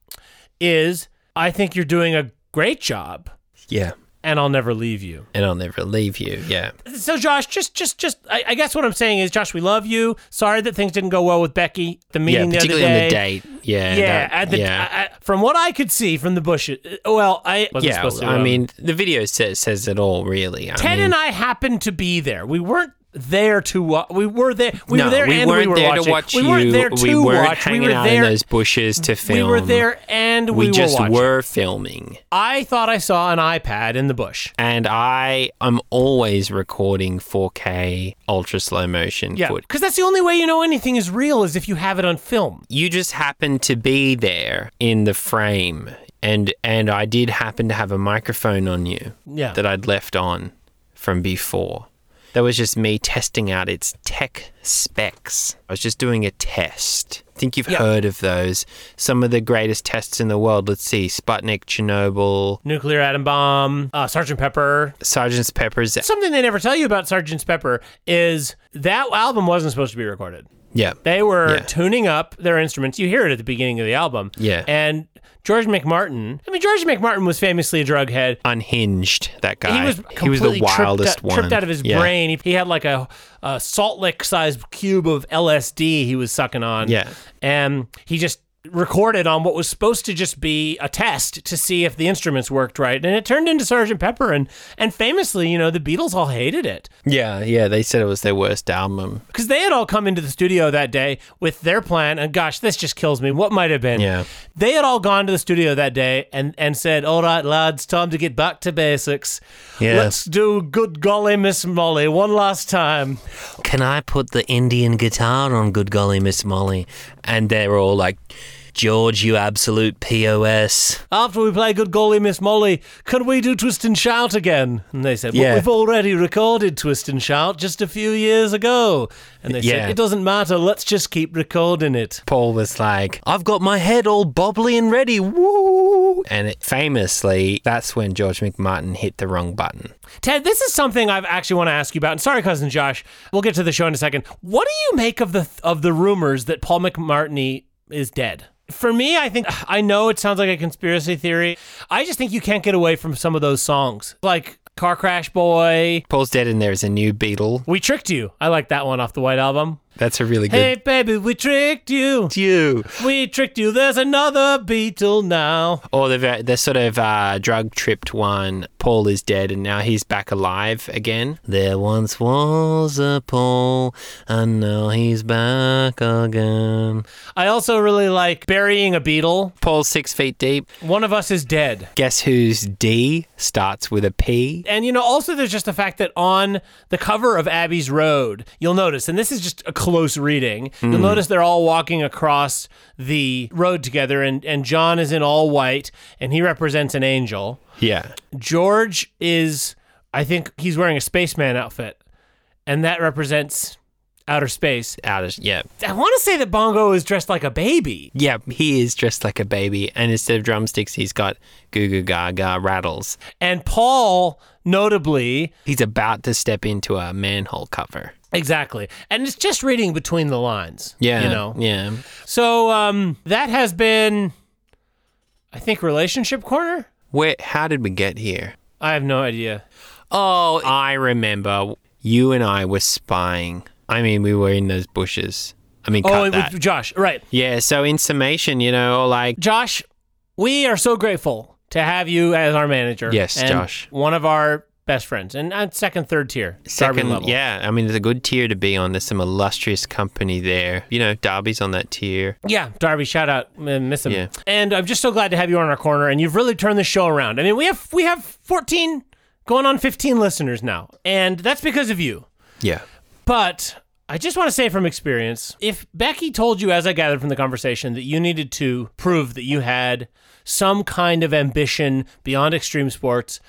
Speaker 1: is, "I think you're doing a great job,
Speaker 2: Yeah.
Speaker 1: and I'll never leave you."
Speaker 2: And I'll never leave you. Yeah.
Speaker 1: so Josh, just just just I, I guess what I'm saying is Josh, we love you. Sorry that things didn't go well with Becky. The
Speaker 2: yeah.
Speaker 1: meeting the other
Speaker 2: Particularly
Speaker 1: day.
Speaker 2: on the date. Yeah.
Speaker 1: Yeah,
Speaker 2: that-
Speaker 1: at the,
Speaker 2: yeah.
Speaker 1: I- I- from what I could see from the bushes. uh, Well, I wasn't
Speaker 2: yeah.
Speaker 1: supposed to.
Speaker 2: I
Speaker 1: um,
Speaker 2: mean, the video says, says it all, really. I
Speaker 1: Ted
Speaker 2: mean,
Speaker 1: and I happened to be there. We weren't there to watch. We were there. We
Speaker 2: no,
Speaker 1: were there
Speaker 2: we
Speaker 1: and
Speaker 2: weren't
Speaker 1: we were
Speaker 2: there
Speaker 1: watching.
Speaker 2: to watch
Speaker 1: we
Speaker 2: you.
Speaker 1: weren't there to
Speaker 2: we weren't
Speaker 1: watch.
Speaker 2: hanging
Speaker 1: we were
Speaker 2: out
Speaker 1: there.
Speaker 2: in those bushes to
Speaker 1: we
Speaker 2: film.
Speaker 1: were there and we,
Speaker 2: We, just
Speaker 1: were watching.
Speaker 2: were filming.
Speaker 1: I thought I saw an iPad in the bush.
Speaker 2: and I am always recording 4K ultra slow motion
Speaker 1: Yeah,
Speaker 2: footage.
Speaker 1: because that's the only way you know anything is real is if you have it on film.
Speaker 2: You just happened to be there in the frame, and and I did happen to have a microphone on you
Speaker 1: Yeah.
Speaker 2: that I'd left on from before. That was just me testing out its tech specs. I was just doing a test. I think you've
Speaker 1: Yeah.
Speaker 2: heard of those. Some of the greatest tests in the world. Let's see Sputnik, Chernobyl,
Speaker 1: nuclear atom bomb, uh, Sergeant Pepper.
Speaker 2: Sergeant Pepper's.
Speaker 1: Something they never tell you about Sergeant Pepper is that album wasn't supposed to be recorded.
Speaker 2: Yeah.
Speaker 1: They were
Speaker 2: Yeah.
Speaker 1: tuning up their instruments. You hear it at the beginning of the album.
Speaker 2: Yeah.
Speaker 1: And George McMartin, I mean, George McMartin was famously a drughead.
Speaker 2: unhinged. That guy.
Speaker 1: He was
Speaker 2: he was
Speaker 1: completely
Speaker 2: the
Speaker 1: tripped,
Speaker 2: wildest
Speaker 1: out,
Speaker 2: one.
Speaker 1: tripped out of his
Speaker 2: yeah.
Speaker 1: brain. He, he had like a, a Salt Lick sized cube of LSD he was sucking on.
Speaker 2: Yeah.
Speaker 1: And he just recorded on what was supposed to just be a test to see if the instruments worked right. And it turned into Sergeant Pepper. And, and famously, you know, the Beatles all hated it
Speaker 2: Yeah, yeah. They said it was their worst album.
Speaker 1: because they had all come into the studio that day with their plan. And gosh, this just kills me. What might have been?
Speaker 2: Yeah.
Speaker 1: They had all gone to the studio that day and, and said, All right, lads, time to get back to basics.
Speaker 2: Yeah.
Speaker 1: Let's do Good Golly Miss Molly one last time.
Speaker 2: Can I put the Indian guitar on Good Golly Miss Molly? And they're all like, George, you absolute POS.
Speaker 1: After we play Good Golly Miss Molly, can we do Twist and Shout again? And they said, Well,
Speaker 2: Yeah.
Speaker 1: we've already recorded Twist and Shout just a few years ago. And they
Speaker 2: Yeah.
Speaker 1: said, It doesn't matter. Let's just keep recording it.
Speaker 2: Paul was like, I've got my head all bobbly and ready. Woo! And it, famously, that's when George McMartin hit the wrong button.
Speaker 1: Ted, this is something I've actually want to ask you about. And sorry, cousin Josh, we'll get to the show in a second. What do you make of the of the rumors that Paul McMartney is dead? For me, I think [SIGHS] I know it sounds like a conspiracy theory. I just think you can't get away from some of those songs, like "Car Crash Boy."
Speaker 2: Paul's dead, and there's a new Beatle.
Speaker 1: We tricked you. I like that one off the White Album.
Speaker 2: That's a really good.
Speaker 1: Hey, baby, we tricked you.
Speaker 2: [LAUGHS] You
Speaker 1: We tricked you. There's another beetle now.
Speaker 2: or the ver- the sort of uh, drug tripped one. Paul is dead, and now he's back alive again. There once was a Paul, and now he's back again.
Speaker 1: I also really like burying a beetle.
Speaker 2: Paul's six feet deep.
Speaker 1: One of us is dead.
Speaker 2: Guess whose D starts with a P?
Speaker 1: And you know, also there's just the fact that on the cover of Abbey's Road, you'll notice, and this is just a close reading, you'll notice they're all walking across the road together, and, and John is in all white, and he represents an angel.
Speaker 2: Yeah.
Speaker 1: George is, I think he's wearing a spaceman outfit, and that represents outer space.
Speaker 2: Out of yeah.
Speaker 1: I want to say that Bongo is dressed like a baby.
Speaker 2: Yeah, he is dressed like a baby, and instead of drumsticks, he's got goo goo gaga rattles.
Speaker 1: And Paul, notably,
Speaker 2: He's about to step into a manhole cover.
Speaker 1: exactly. And it's just reading between the lines.
Speaker 2: Yeah,
Speaker 1: You know?
Speaker 2: yeah.
Speaker 1: So um, that has been, I think, Relationship Corner?
Speaker 2: Where? How did we get here?
Speaker 1: I have no idea.
Speaker 2: Oh, I remember. You and I were spying. I mean, we were in those bushes. I mean,
Speaker 1: Oh,
Speaker 2: cut
Speaker 1: it
Speaker 2: that.
Speaker 1: was Josh. Right.
Speaker 2: yeah. So, in summation, you know, like
Speaker 1: Josh, we are so grateful to have you as our manager.
Speaker 2: Yes,
Speaker 1: and
Speaker 2: Josh.
Speaker 1: One of our best friends and uh, second, third tier. Darby
Speaker 2: second,
Speaker 1: level.
Speaker 2: yeah. I mean, it's a good tier to be on. There's some illustrious company there. You know, Derby's on that tier.
Speaker 1: Yeah, Darby, shout out, M- miss him.
Speaker 2: Yeah.
Speaker 1: And I'm just so glad to have you on our corner, and you've really turned the show around. I mean, we have we have 14, going on 15 listeners now, and that's because of you.
Speaker 2: Yeah.
Speaker 1: But I just want to say from experience if Becky told you, as I gathered from the conversation, that you needed to prove that you had some kind of ambition beyond extreme sports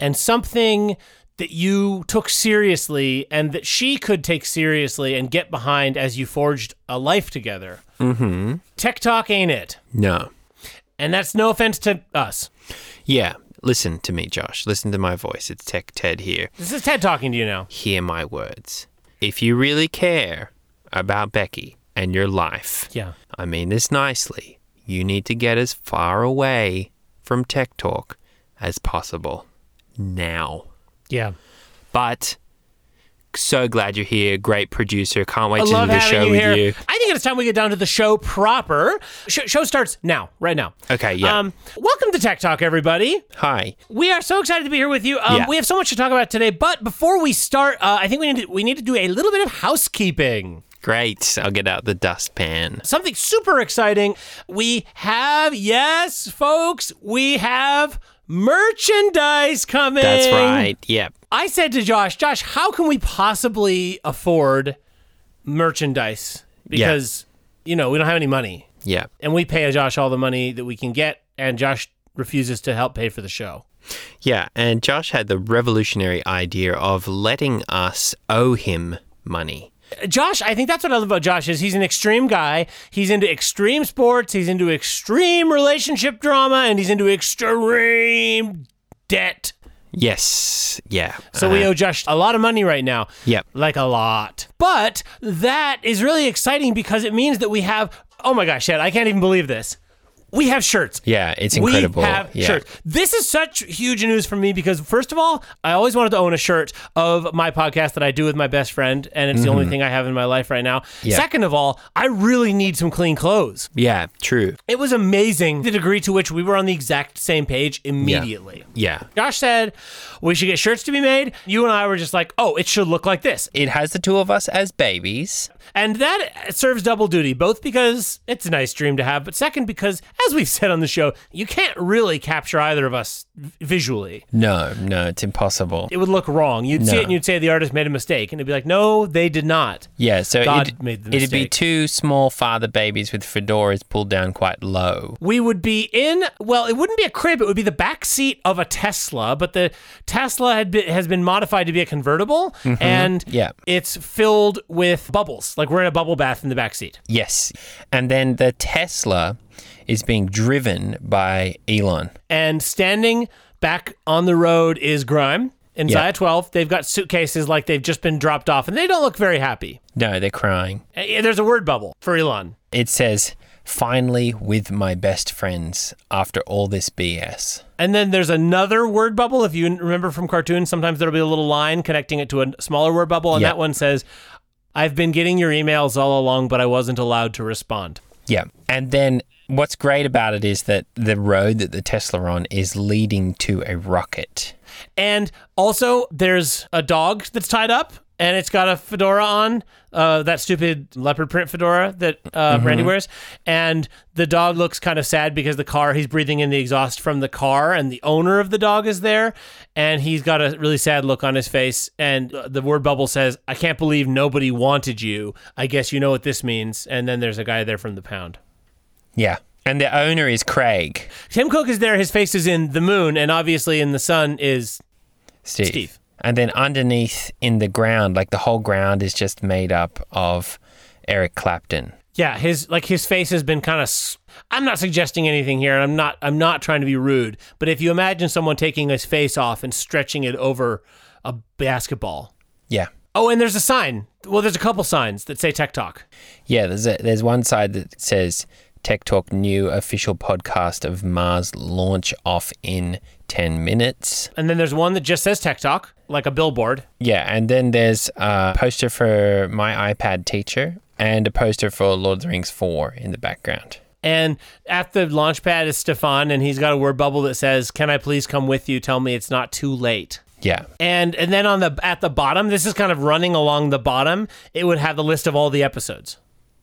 Speaker 1: and something that you took seriously and that she could take seriously and get behind as you forged a life together, mm-hmm. Tech Talk ain't it.
Speaker 2: No.
Speaker 1: And that's no offense to us.
Speaker 2: Yeah. Listen to me, Josh. Listen to my voice. It's Tech Ted here.
Speaker 1: This is Ted talking to you now.
Speaker 2: Hear my words. If you really care about Becky and your life,
Speaker 1: Yeah.
Speaker 2: I mean this nicely. You need to get as far away from tech talk as possible now.
Speaker 1: Yeah.
Speaker 2: But so glad you're here. Great producer. Can't wait
Speaker 1: I
Speaker 2: to
Speaker 1: love
Speaker 2: do the
Speaker 1: having
Speaker 2: show
Speaker 1: you
Speaker 2: with
Speaker 1: here.
Speaker 2: you.
Speaker 1: I think it's time we get down to the show proper. Sh- show starts now, right now.
Speaker 2: Okay, yeah.
Speaker 1: Um, welcome to Tech Talk, everybody.
Speaker 2: Hi.
Speaker 1: We are so excited to be here with you. Um,
Speaker 2: Yeah.
Speaker 1: We have so much to talk about today, but before we start, uh, I think we need to, we need to do a little bit of housekeeping.
Speaker 2: Great. I'll get out the dustpan.
Speaker 1: Something super exciting. We have yes, folks, we have merchandise coming.
Speaker 2: That's right. Yep.
Speaker 1: I said to Josh, Josh, how can we possibly afford merchandise? Because, you know, we don't have any money.
Speaker 2: Yep.
Speaker 1: And we pay Josh all the money that we can get, and Josh refuses to help pay for the show.
Speaker 2: Yeah, and Josh had the revolutionary idea of letting us owe him money.
Speaker 1: Josh, I think that's what I love about Josh is he's an extreme guy. He's into extreme sports, he's into extreme relationship drama, and he's into extreme debt.
Speaker 2: Yes. Yeah. Uh,
Speaker 1: So we owe Josh a lot of money right now.
Speaker 2: Yep.
Speaker 1: Like a lot. But that is really exciting because it means that we have oh my gosh, Chad, I can't even believe this. We have shirts.
Speaker 2: Yeah, it's incredible.
Speaker 1: We have
Speaker 2: yeah.
Speaker 1: shirts. This is such huge news for me because first of all, I always wanted to own a shirt of my podcast that I do with my best friend, and it's the only thing I have in my life right now.
Speaker 2: Mm-hmm. Yeah.
Speaker 1: Second of all, I really need some clean clothes.
Speaker 2: Yeah, true.
Speaker 1: It was amazing the degree to which we were on the exact same page immediately.
Speaker 2: Yeah.
Speaker 1: Josh said, we should get shirts to be made. You and I were just like, oh, it should look like this.
Speaker 2: It has the two of us as babies.
Speaker 1: And that serves double duty, both because it's a nice dream to have, but second, because as we've said on the show, you can't really capture either of us v- visually.
Speaker 2: No, no, it's impossible.
Speaker 1: It would look wrong. You'd see
Speaker 2: No.
Speaker 1: it and you'd say the artist made a mistake. And it'd be like, no, they did not.
Speaker 2: Yeah, so
Speaker 1: God
Speaker 2: it'd,
Speaker 1: made the
Speaker 2: it'd be
Speaker 1: mistake.
Speaker 2: two small father babies with fedoras pulled down quite low.
Speaker 1: We would be in, well, it wouldn't be a crib. It would be the back seat of a Tesla, but the Tesla had been, has been modified to be a convertible. And
Speaker 2: Mm-hmm. Yeah.
Speaker 1: it's filled with bubbles. Like we're in a bubble bath in the back seat.
Speaker 2: Yes. And then the Tesla is being driven by Elon.
Speaker 1: and standing back on the road is Grime and
Speaker 2: Yeah.
Speaker 1: Zaya 12. They've got suitcases like they've just been dropped off, and they don't look very happy.
Speaker 2: No, they're crying.
Speaker 1: Uh, yeah, There's a word bubble for Elon.
Speaker 2: It says, finally with my best friends after all this BS.
Speaker 1: And then there's another word bubble. If you remember from cartoons, sometimes there'll be a little line connecting it to a smaller word bubble, and
Speaker 2: Yeah.
Speaker 1: that one says, I've been getting your emails all along, but I wasn't allowed to respond.
Speaker 2: Yeah. And then what's great about it is that the road that the Tesla on is leading to a rocket.
Speaker 1: And also, there's a dog that's tied up, and it's got a fedora on, uh, that stupid leopard print fedora that uh, Brandy wears. And the dog looks kind of sad because the car, he's breathing in the exhaust from the car, and the owner of the dog is there, and he's got a really sad look on his face. And uh, the word bubble says, I can't believe nobody wanted you. I guess you know what this means. And then there's a guy there from the pound.
Speaker 2: Yeah. And the owner is Craig.
Speaker 1: Tim Cook is there. His face is in the moon, and obviously in the sun is
Speaker 2: Steve.
Speaker 1: Steve.
Speaker 2: And then underneath in the ground, like the whole ground is just made up of Eric Clapton.
Speaker 1: yeah. His like his face has been kind of. I'm not suggesting anything here, and I'm not I'm not trying to be rude, but if you imagine someone taking his face off and stretching it over a basketball.
Speaker 2: Yeah.
Speaker 1: Oh, and there's a sign. Well, there's a couple signs that say Tech Talk.
Speaker 2: Yeah, there's a, there's one side that says Tech Talk new official podcast of Mars launch off in 10 minutes.
Speaker 1: And then there's one that just says Tech Talk, like a billboard.
Speaker 2: Yeah, and then there's a poster for My iPad Teacher and a poster for Lord of the Rings 4 in the background.
Speaker 1: And at the launch pad is Stefan, and he's got a word bubble that says, Can I please come with you? Tell me it's not too late.
Speaker 2: Yeah.
Speaker 1: and and then on the at the bottom this is kind of running along the bottom it would have the list of all the episodes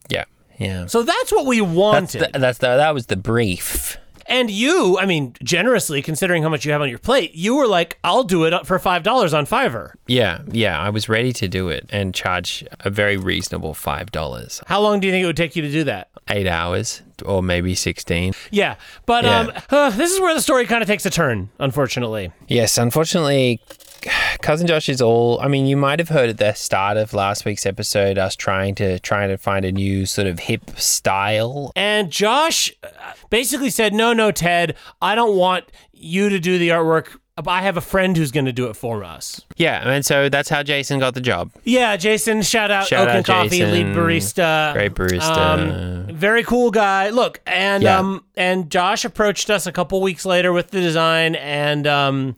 Speaker 2: Yeah. Yeah.
Speaker 1: so that's what we wanted
Speaker 2: Th- that's the, that was the brief.
Speaker 1: and you i mean generously considering how much you have on your plate you were like i'll do it for five dollars on fiverr
Speaker 2: Yeah, yeah, I was ready to do it and charge a very reasonable $5.
Speaker 1: how long do you think it would take you to do that
Speaker 2: Eight hours or maybe 16.
Speaker 1: yeah but
Speaker 2: Yeah.
Speaker 1: um uh, this is where the story kind of takes a turn unfortunately
Speaker 2: Yes, unfortunately, [SIGHS] cousin Josh is all. I mean, you might have heard at the start of last week's episode us trying to trying to find a new sort of hip style.
Speaker 1: And Josh uh, basically said, No, no, Ted, I don't want you to do the artwork. I have a friend who's going to do it for us.
Speaker 2: Yeah, and so that's how Jason got the job.
Speaker 1: Yeah, Jason, shout out
Speaker 2: Shout
Speaker 1: Oaken
Speaker 2: out,
Speaker 1: Coffee,
Speaker 2: Jason.
Speaker 1: lead barista.
Speaker 2: Great barista.
Speaker 1: Um, very cool guy. Look, and
Speaker 2: Yeah.
Speaker 1: um and Josh approached us a couple weeks later with the design and um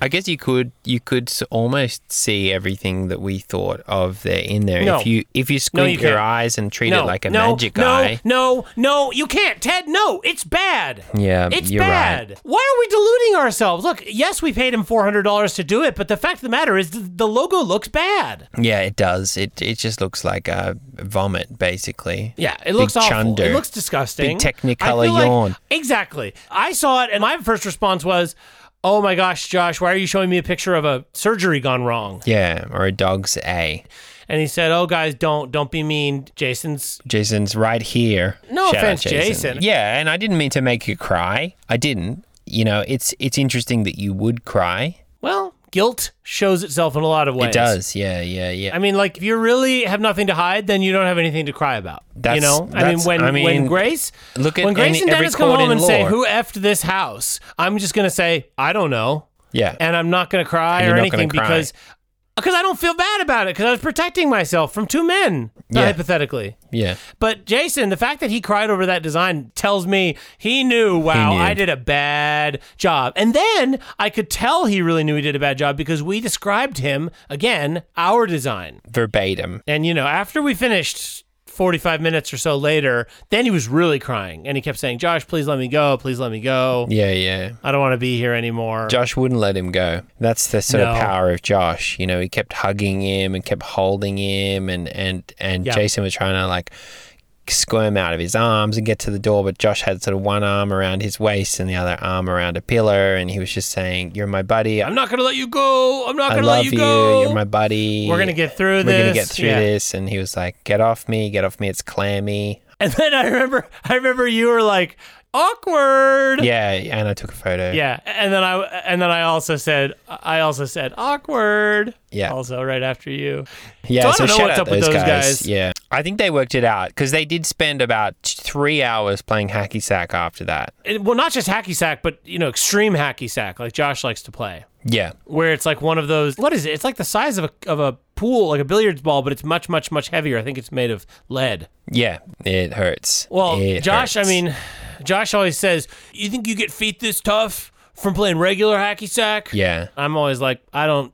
Speaker 2: I guess you could you could s- almost see everything that we thought of there in there
Speaker 1: No.
Speaker 2: if you if you squint
Speaker 1: you
Speaker 2: your
Speaker 1: can't.
Speaker 2: eyes and treat
Speaker 1: no,
Speaker 2: it like a
Speaker 1: no,
Speaker 2: magic
Speaker 1: no,
Speaker 2: eye.
Speaker 1: No, no, you can't. Ted, no, it's bad.
Speaker 2: Yeah,
Speaker 1: It's
Speaker 2: you're right.
Speaker 1: bad. Why are we deluding ourselves? Look, yes, we paid him $400 to do it, but the fact of the matter is th- the logo looks bad.
Speaker 2: Yeah, it does. It it just looks like a vomit, basically.
Speaker 1: Yeah, it looks awful.
Speaker 2: chunder.
Speaker 1: It looks disgusting.
Speaker 2: Big Technicolor
Speaker 1: I feel like-
Speaker 2: yawn.
Speaker 1: exactly. I saw it, and my first response was, "Oh my gosh, Josh, why are you showing me a picture of a surgery gone wrong?"
Speaker 2: Yeah, or a dog's A.
Speaker 1: And he said, "Oh guys, don't don't be mean. Jason's
Speaker 2: Jason's right here.
Speaker 1: No
Speaker 2: Shout out
Speaker 1: offense, Jason.
Speaker 2: Yeah, and I didn't mean to make you cry. I didn't. You know, it's it's interesting that you would cry.
Speaker 1: well, guilt shows itself in a lot of ways.
Speaker 2: It does. Yeah, yeah, yeah.
Speaker 1: I mean, like if you really have nothing to hide, then you don't have anything to cry about. you
Speaker 2: That's-
Speaker 1: know, I mean,
Speaker 2: that's-
Speaker 1: when
Speaker 2: I mean,
Speaker 1: when Grace,
Speaker 2: look at
Speaker 1: when Grace
Speaker 2: any-
Speaker 1: and
Speaker 2: every
Speaker 1: Dennis come
Speaker 2: court
Speaker 1: home
Speaker 2: in
Speaker 1: and say,
Speaker 2: law.
Speaker 1: "Who effed this house?" I'm just gonna say, "I don't know."
Speaker 2: yeah.
Speaker 1: and I'm not going to cry
Speaker 2: And
Speaker 1: or
Speaker 2: you're not gonna
Speaker 1: anything
Speaker 2: cry.
Speaker 1: because because I don't feel bad about it because I was protecting myself from two men
Speaker 2: Yeah.
Speaker 1: hypothetically.
Speaker 2: yeah.
Speaker 1: But Jason, the fact that he cried over that design tells me he knew, wow,
Speaker 2: He knew.
Speaker 1: I did a bad job. And then I could tell he really knew he did a bad job because we described him again our design.
Speaker 2: Verbatim.
Speaker 1: And you know, after we finished 45 minutes or so later, then he was really crying and he kept saying, "Josh, please let me go. Please let me go.
Speaker 2: Yeah, yeah.
Speaker 1: I don't want to be here anymore."
Speaker 2: Josh wouldn't let him go. That's the sort of
Speaker 1: No.
Speaker 2: power of Josh. You know, he kept hugging him and kept holding him and and and
Speaker 1: Yeah.
Speaker 2: Jason was trying to like squirm out of his arms and get to the door, but Josh had sort of one arm around his waist and the other arm around a pillar and he was just saying, "You're my buddy.
Speaker 1: I'm not gonna let you go. I'm not
Speaker 2: I
Speaker 1: gonna
Speaker 2: love
Speaker 1: let you,
Speaker 2: you.
Speaker 1: go.
Speaker 2: You're my buddy.
Speaker 1: We're gonna get through this.
Speaker 2: We're gonna get through
Speaker 1: Yeah.
Speaker 2: this." And he was like, "Get off me! Get off me! It's
Speaker 1: [LAUGHS]
Speaker 2: clammy."
Speaker 1: And then I remember, I remember you were like awkward.
Speaker 2: Yeah, and I took a photo.
Speaker 1: Yeah. And then I, and then I also said, I also said awkward.
Speaker 2: Yeah.
Speaker 1: Also, right after you.
Speaker 2: yeah.
Speaker 1: So I don't know
Speaker 2: shout
Speaker 1: what's
Speaker 2: out
Speaker 1: up with those guys.
Speaker 2: Yeah, I think they worked it out because they did spend about t- three hours playing hacky sack after that.
Speaker 1: It- well, not just hacky sack, but you know, extreme hacky sack, like Josh likes to play,
Speaker 2: Yeah,
Speaker 1: where it's like one of those. What is it? It's like the size of a of a pool, like a billiards ball, but it's much, much, much heavier. I think it's made of lead.
Speaker 2: yeah, it hurts.
Speaker 1: Well,
Speaker 2: It
Speaker 1: Josh,
Speaker 2: hurts.
Speaker 1: I mean, Josh always says, "You think you get feet this tough from playing regular hacky sack?"
Speaker 2: yeah,
Speaker 1: I'm always like, I don't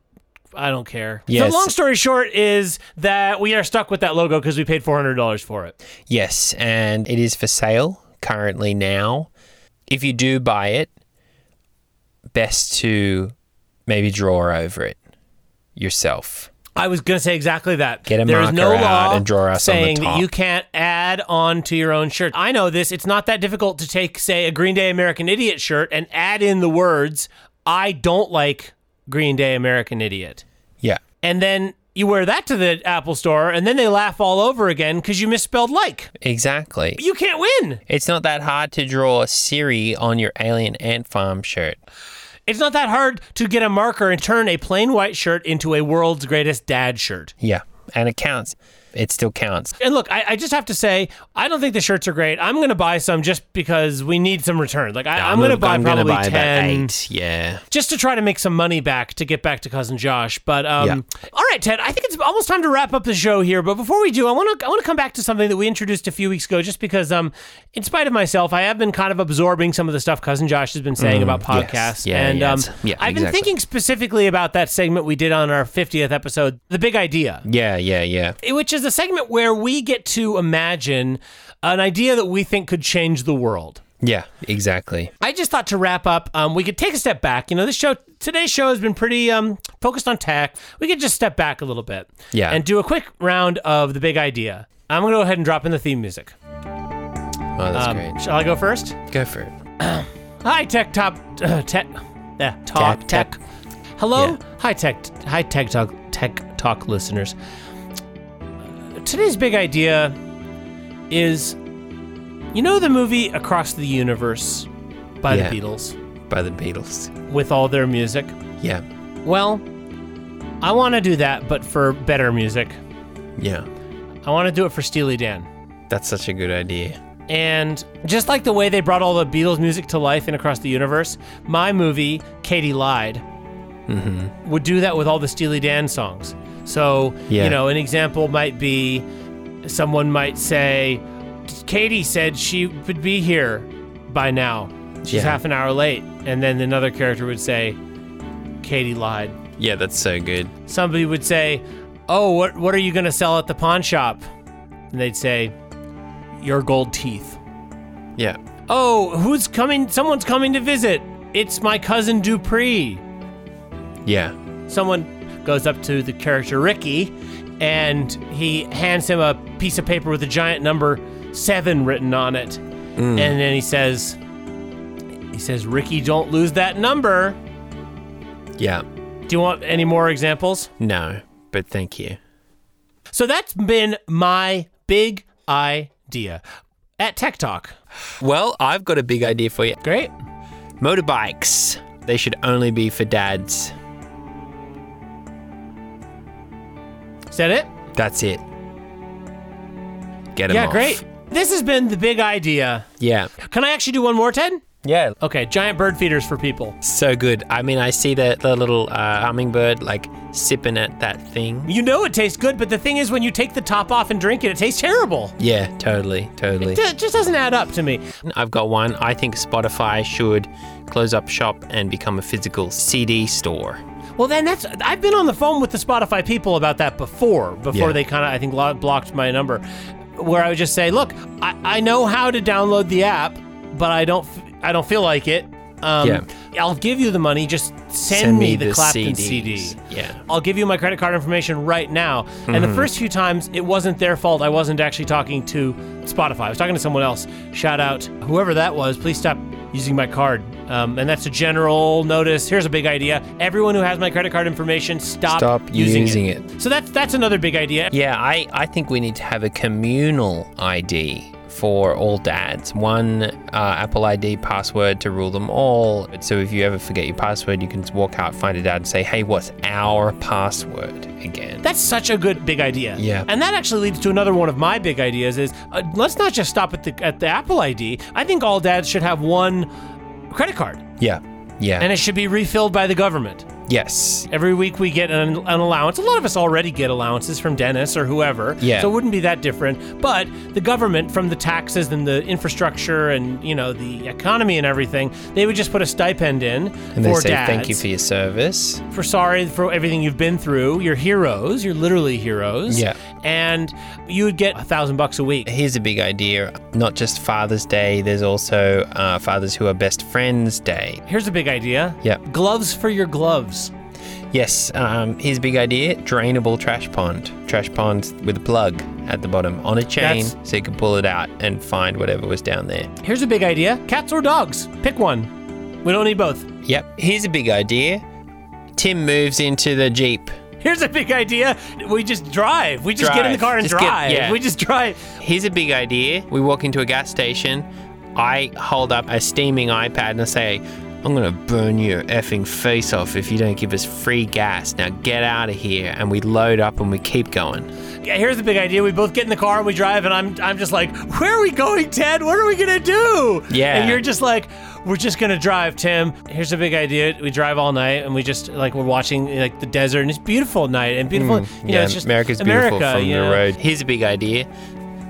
Speaker 1: I don't care.
Speaker 2: Yes.
Speaker 1: So long story short is that we are stuck with that logo because we paid four hundred dollars for it.
Speaker 2: Yes, and it is for sale currently now. If you do buy it, best to maybe draw over it yourself.
Speaker 1: I was going to say exactly that.
Speaker 2: Get a
Speaker 1: There is no
Speaker 2: marker out
Speaker 1: law
Speaker 2: and draw us on the
Speaker 1: saying that
Speaker 2: top.
Speaker 1: you can't add on to your own shirt. I know this. It's not that difficult to take, say, a Green Day American Idiot shirt and add in the words, I don't like Green Day American Idiot.
Speaker 2: Yeah.
Speaker 1: And then you wear that to the Apple store, and then they laugh all over again because you misspelled like.
Speaker 2: Exactly.
Speaker 1: You can't win.
Speaker 2: It's not that hard to draw Siri on your alien ant farm shirt.
Speaker 1: It's not that hard to get a marker and turn a plain white shirt into a world's greatest dad shirt.
Speaker 2: Yeah. And it counts. It still counts.
Speaker 1: And look, I, I just have to say, I don't think the shirts are great. I'm going to buy some just because we need some return. Like I, I'm, going to buy probably
Speaker 2: about
Speaker 1: 10
Speaker 2: eight. Yeah.
Speaker 1: just to try to make some money back to get back to cousin Josh. But um,
Speaker 2: Yeah.
Speaker 1: all right, Ted, I think it's almost time to wrap up the show here. But before we do, I want to I want to come back to something that we introduced a few weeks ago, just because um, in spite of myself, I have been kind of absorbing some of the stuff cousin Josh has been saying about podcasts,
Speaker 2: Mm, yes. Yeah,
Speaker 1: and
Speaker 2: yeah,
Speaker 1: um,
Speaker 2: it's- yeah,
Speaker 1: I've been
Speaker 2: exactly.
Speaker 1: thinking specifically about that segment we did on our 50th episode, the big idea eh,
Speaker 2: Yeah, yeah, yeah.
Speaker 1: which is a segment where we get to imagine an idea that we think could change the world.
Speaker 2: Yeah, exactly.
Speaker 1: I just thought to wrap up, um, we could take a step back. You know, this show, today's show has been pretty um, focused on tech. We could just step back a little bit,
Speaker 2: Yeah.
Speaker 1: and do a quick round of the big idea. I'm gonna go ahead and drop in the theme music.
Speaker 2: Oh, that's
Speaker 1: Um,
Speaker 2: great.
Speaker 1: Shall I go first?
Speaker 2: Go for it.
Speaker 1: Hi Tech Top uh, Tech uh, Talk
Speaker 2: Tech.
Speaker 1: Tech. Hello,
Speaker 2: Yeah.
Speaker 1: Hi Tech Hi Tech Talk Tech Talk listeners. Today's big idea is you know the movie Across the Universe by
Speaker 2: Yeah.
Speaker 1: the Beatles
Speaker 2: By the Beatles.
Speaker 1: with all their music.
Speaker 2: Yeah.
Speaker 1: Well, I want to do that but for better music.
Speaker 2: Yeah.
Speaker 1: I want to do it for Steely Dan.
Speaker 2: That's such a good idea.
Speaker 1: And just like the way they brought all the Beatles music to life in Across the Universe, my movie, Katie Lied, would do that with all the Steely Dan songs. So,
Speaker 2: Mm-hmm. Yeah.
Speaker 1: you know, an example might be someone might say, Katie said she would be here by now. She's
Speaker 2: Yeah.
Speaker 1: half an hour late. And then another character would say, Katie lied.
Speaker 2: Yeah, that's so good.
Speaker 1: Somebody would say, Oh, what, what are you going to sell at the pawn shop? And they'd say, Your gold teeth.
Speaker 2: Yeah.
Speaker 1: Oh, who's coming? Someone's coming to visit. It's my cousin Dupree.
Speaker 2: Yeah.
Speaker 1: Someone goes up to the character Ricky and he hands him a piece of paper with a giant number seven written on it. And then he says, he says, Ricky, don't lose that number.
Speaker 2: Yeah.
Speaker 1: Do you want any more examples?
Speaker 2: No, but thank you.
Speaker 1: So that's been my big idea at Tech Talk.
Speaker 2: Well, I've got a big idea for you.
Speaker 1: Great.
Speaker 2: Motorbikes. They should only be for dads.
Speaker 1: Is that it?
Speaker 2: That's it. Get them
Speaker 1: Yeah,
Speaker 2: off.
Speaker 1: great. This has been the big idea.
Speaker 2: Yeah.
Speaker 1: Can I actually do one more, Ted?
Speaker 2: Yeah.
Speaker 1: Okay, giant bird feeders for people.
Speaker 2: So good. I mean, I see the, the little uh, hummingbird like sipping at that thing.
Speaker 1: You know it tastes good, but the thing is, when you take the top off and drink it, it tastes terrible.
Speaker 2: Yeah, totally. Totally.
Speaker 1: It just doesn't add up to me.
Speaker 2: I've got one. I think Spotify should close up shop and become a physical CD store.
Speaker 1: Well, then that's. I've been on the phone with the Spotify people about that before, before
Speaker 2: Yeah.
Speaker 1: they kind of, I think, lo- blocked my number, where I would just say, look, I, I know how to download the app, but I don't, f- I don't feel like it. Um,
Speaker 2: Yeah.
Speaker 1: I'll give you the money. Just send, me, the, Clapton
Speaker 2: CDs.
Speaker 1: CD.
Speaker 2: Yeah.
Speaker 1: I'll give you my credit card information right now. And
Speaker 2: Mm-hmm.
Speaker 1: the first few times, it wasn't their fault. I wasn't actually talking to Spotify. I was talking to someone else. Shout out whoever that was. Please stop using my card. Um, and that's a general notice. Here's a big idea: everyone who has my credit card information, stop,
Speaker 2: Stop using
Speaker 1: it. So that's that's another big idea.
Speaker 2: Yeah, I, I think we need to have a communal ID for all dads. One uh, Apple ID password to rule them all. So if you ever forget your password, you can just walk out, find a dad, and say, hey, what's our password again?
Speaker 1: That's such a good big idea.
Speaker 2: Yeah.
Speaker 1: And that actually leads to another one of my big ideas is uh, let's not just stop at the at the Apple ID. I think all dads should have one credit card
Speaker 2: yeah. Yeah.
Speaker 1: and it should be refilled by the government.
Speaker 2: Yes.
Speaker 1: Every week we get an, an allowance. A lot of us already get allowances from Dennis or whoever.
Speaker 2: Yeah.
Speaker 1: So it wouldn't be that different. But the government, from the taxes and the infrastructure and you know the economy and everything, they would just put a stipend in
Speaker 2: And they
Speaker 1: for
Speaker 2: say
Speaker 1: dads.
Speaker 2: thank you for your service.
Speaker 1: for sorry for everything you've been through. You're heroes. You're literally heroes.
Speaker 2: Yeah.
Speaker 1: And you would get a thousand bucks a week.
Speaker 2: Here's a big idea. Not just Father's Day, there's also uh, Fathers Who Are Best Friends Day.
Speaker 1: Here's a big idea.
Speaker 2: Yeah.
Speaker 1: Gloves for your gloves.
Speaker 2: Yes, um, here's a big idea drainable trash pond. Trash pond with a plug at the bottom on a chain
Speaker 1: That's-
Speaker 2: so you can pull it out and find whatever was down there.
Speaker 1: Here's a big idea. Cats or dogs? Pick one. We don't need both.
Speaker 2: Yep, here's a big idea. Tim moves into the Jeep.
Speaker 1: Here's a big idea. We just drive. We just get in the
Speaker 2: Drive.
Speaker 1: car and
Speaker 2: Just get-
Speaker 1: drive.
Speaker 2: yeah.
Speaker 1: We just drive.
Speaker 2: Here's a big idea. We walk into a gas station. I hold up a steaming iPad and I say, I'm going to burn your effing face off if you don't give us free gas. Now get out of here. And we load up and we keep going.
Speaker 1: Yeah, Here's a big idea. We both get in the car and we drive, and I'm I'm just like, where are we going, Ted? What are we gonna do?
Speaker 2: Yeah.
Speaker 1: And you're just like, we're just gonna drive, Tim. Here's a big idea. We drive all night, and we just like we're watching like the desert, and it's beautiful at night and beautiful. you know,
Speaker 2: Mm, yeah,
Speaker 1: it's just
Speaker 2: America's
Speaker 1: America,
Speaker 2: beautiful from
Speaker 1: you
Speaker 2: the
Speaker 1: know?
Speaker 2: road. Here's a big idea.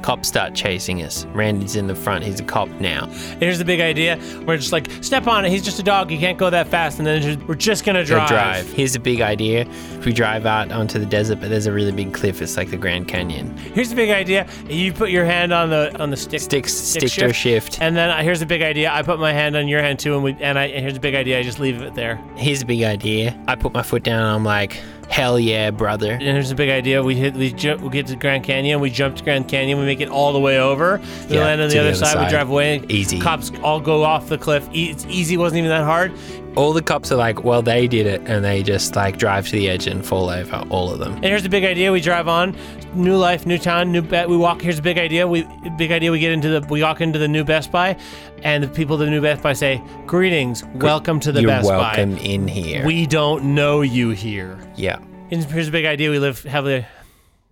Speaker 2: Cops start chasing us. Randy's in the front. He's a cop now.
Speaker 1: Here's the big idea. We're just like, step on it. He's just a dog. He can't go that fast. And then just, we're just gonna
Speaker 2: They
Speaker 1: drive.
Speaker 2: drive. Here's a big idea. We drive out onto the desert, but there's a really big cliff. It's like the Grand Canyon.
Speaker 1: Here's the big idea. You put your hand on the on the stick.
Speaker 2: Stick, stick, to shift.
Speaker 1: And then uh, here's the big idea. I put my hand on your hand too, and we and I and here's the big idea. I just leave it there.
Speaker 2: Here's a big idea. I put my foot down and I'm like, hell yeah, brother.
Speaker 1: And here's the big idea. We hit we jump. We get to Grand Canyon. We jump to Grand Canyon. We make it all the way over. We
Speaker 2: Yeah,
Speaker 1: land on the
Speaker 2: to
Speaker 1: other, side, We drive away.
Speaker 2: Easy.
Speaker 1: Cops all go off the cliff. E- It's easy. wasn't even that hard.
Speaker 2: All the cops are like, well, they did it. And they just like drive to the edge and fall over, all of them.
Speaker 1: And here's the big idea. We drive on. New life, new town, new bet. We walk. Here's the big idea. We big idea. We get into the. We walk into the new Best Buy, and the people at the new Best Buy say, "Greetings, welcome to the
Speaker 2: You're
Speaker 1: Best Buy."
Speaker 2: welcome in here.
Speaker 1: We don't know you here.
Speaker 2: yeah.
Speaker 1: Here's, here's a big idea. We live happily,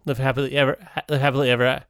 Speaker 1: live happily ever, ha- live happily ever.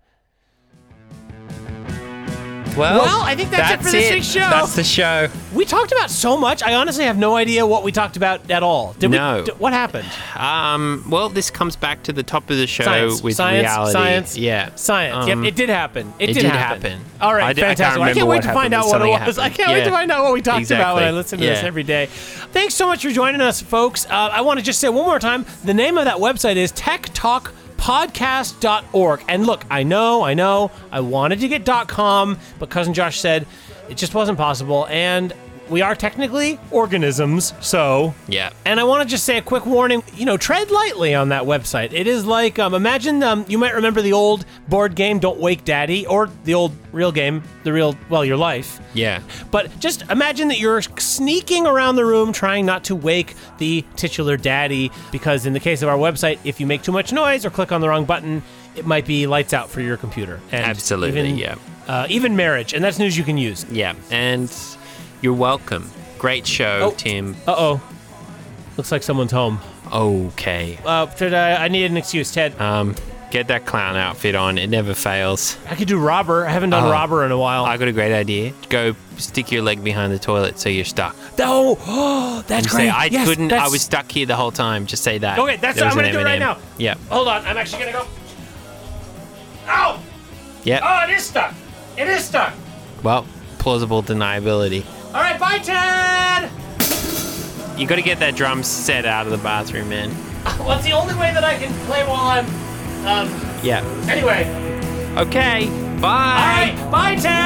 Speaker 2: Well,
Speaker 1: Well, I think that's it for this week's show.
Speaker 2: That's the show.
Speaker 1: We talked about so much. I honestly have no idea what we talked about at all. Did
Speaker 2: No.
Speaker 1: we? d- what happened?
Speaker 2: Um, well, this comes back to the top of the show
Speaker 1: Science,
Speaker 2: with
Speaker 1: science,
Speaker 2: reality.
Speaker 1: science,
Speaker 2: yeah,
Speaker 1: Science.
Speaker 2: Um,
Speaker 1: yep, it did happen. It,
Speaker 2: it
Speaker 1: did,
Speaker 2: did
Speaker 1: happen.
Speaker 2: happen.
Speaker 1: All right,
Speaker 2: I d- I can't
Speaker 1: fantastic. I, can't
Speaker 2: remember
Speaker 1: wait
Speaker 2: what
Speaker 1: to find
Speaker 2: happened,
Speaker 1: out
Speaker 2: but
Speaker 1: what it was.
Speaker 2: something
Speaker 1: I
Speaker 2: happened.
Speaker 1: can't wait to
Speaker 2: Yeah.
Speaker 1: find out what we talked about when I
Speaker 2: Exactly.
Speaker 1: listen to this
Speaker 2: Yeah.
Speaker 1: every day. Thanks so much for joining us, folks. Uh, I want to just say one more time the name of that website is Tech Talk podcast.org and look i know i know i wanted to get com but cousin josh said it just wasn't possible and we are technically organisms so
Speaker 2: Yeah.
Speaker 1: and I want to just say a quick warning. You know, tread lightly on that website. It is like um, imagine um, you might remember the old board game "Don't Wake Daddy" or the old real game, the real well, your life.
Speaker 2: yeah.
Speaker 1: But just imagine that you're sneaking around the room trying not to wake the titular daddy, because in the case of our website, if you make too much noise or click on the wrong button, it might be lights out for your computer. And
Speaker 2: Absolutely,
Speaker 1: even-
Speaker 2: yeah.
Speaker 1: Uh, even marriage, and that's news you can use.
Speaker 2: Yeah. And you're welcome. Great show,
Speaker 1: Oh.
Speaker 2: Tim.
Speaker 1: Uh oh. Looks like someone's home.
Speaker 2: Okay.
Speaker 1: Uh, Ted, I I need an excuse, Ted.
Speaker 2: Um, get that clown outfit on. It never fails.
Speaker 1: I could do robber. I haven't done
Speaker 2: Oh.
Speaker 1: robber in a while.
Speaker 2: I got a great idea. Go stick your leg behind the toilet so you're stuck.
Speaker 1: oh, oh, [GASPS] that's
Speaker 2: And
Speaker 1: great.
Speaker 2: say, I
Speaker 1: Yes,
Speaker 2: couldn't. I
Speaker 1: that's-
Speaker 2: was stuck here the whole time. Just say that.
Speaker 1: Okay, that's-
Speaker 2: There was
Speaker 1: I'm
Speaker 2: an
Speaker 1: gonna do it right
Speaker 2: M&M.
Speaker 1: now.
Speaker 2: Yeah.
Speaker 1: Hold on, I'm actually gonna go. Ow!
Speaker 2: Yeah.
Speaker 1: Oh, it is stuck. It is stuck.
Speaker 2: Well, plausible deniability.
Speaker 1: All right, bye, Ted.
Speaker 2: You got to get that drum set out of the bathroom, man.
Speaker 1: [LAUGHS] Well, it's the only way that I can play while I'm. Um.
Speaker 2: Yeah.
Speaker 1: Anyway.
Speaker 2: Okay. Bye.
Speaker 1: All right, bye, Ted.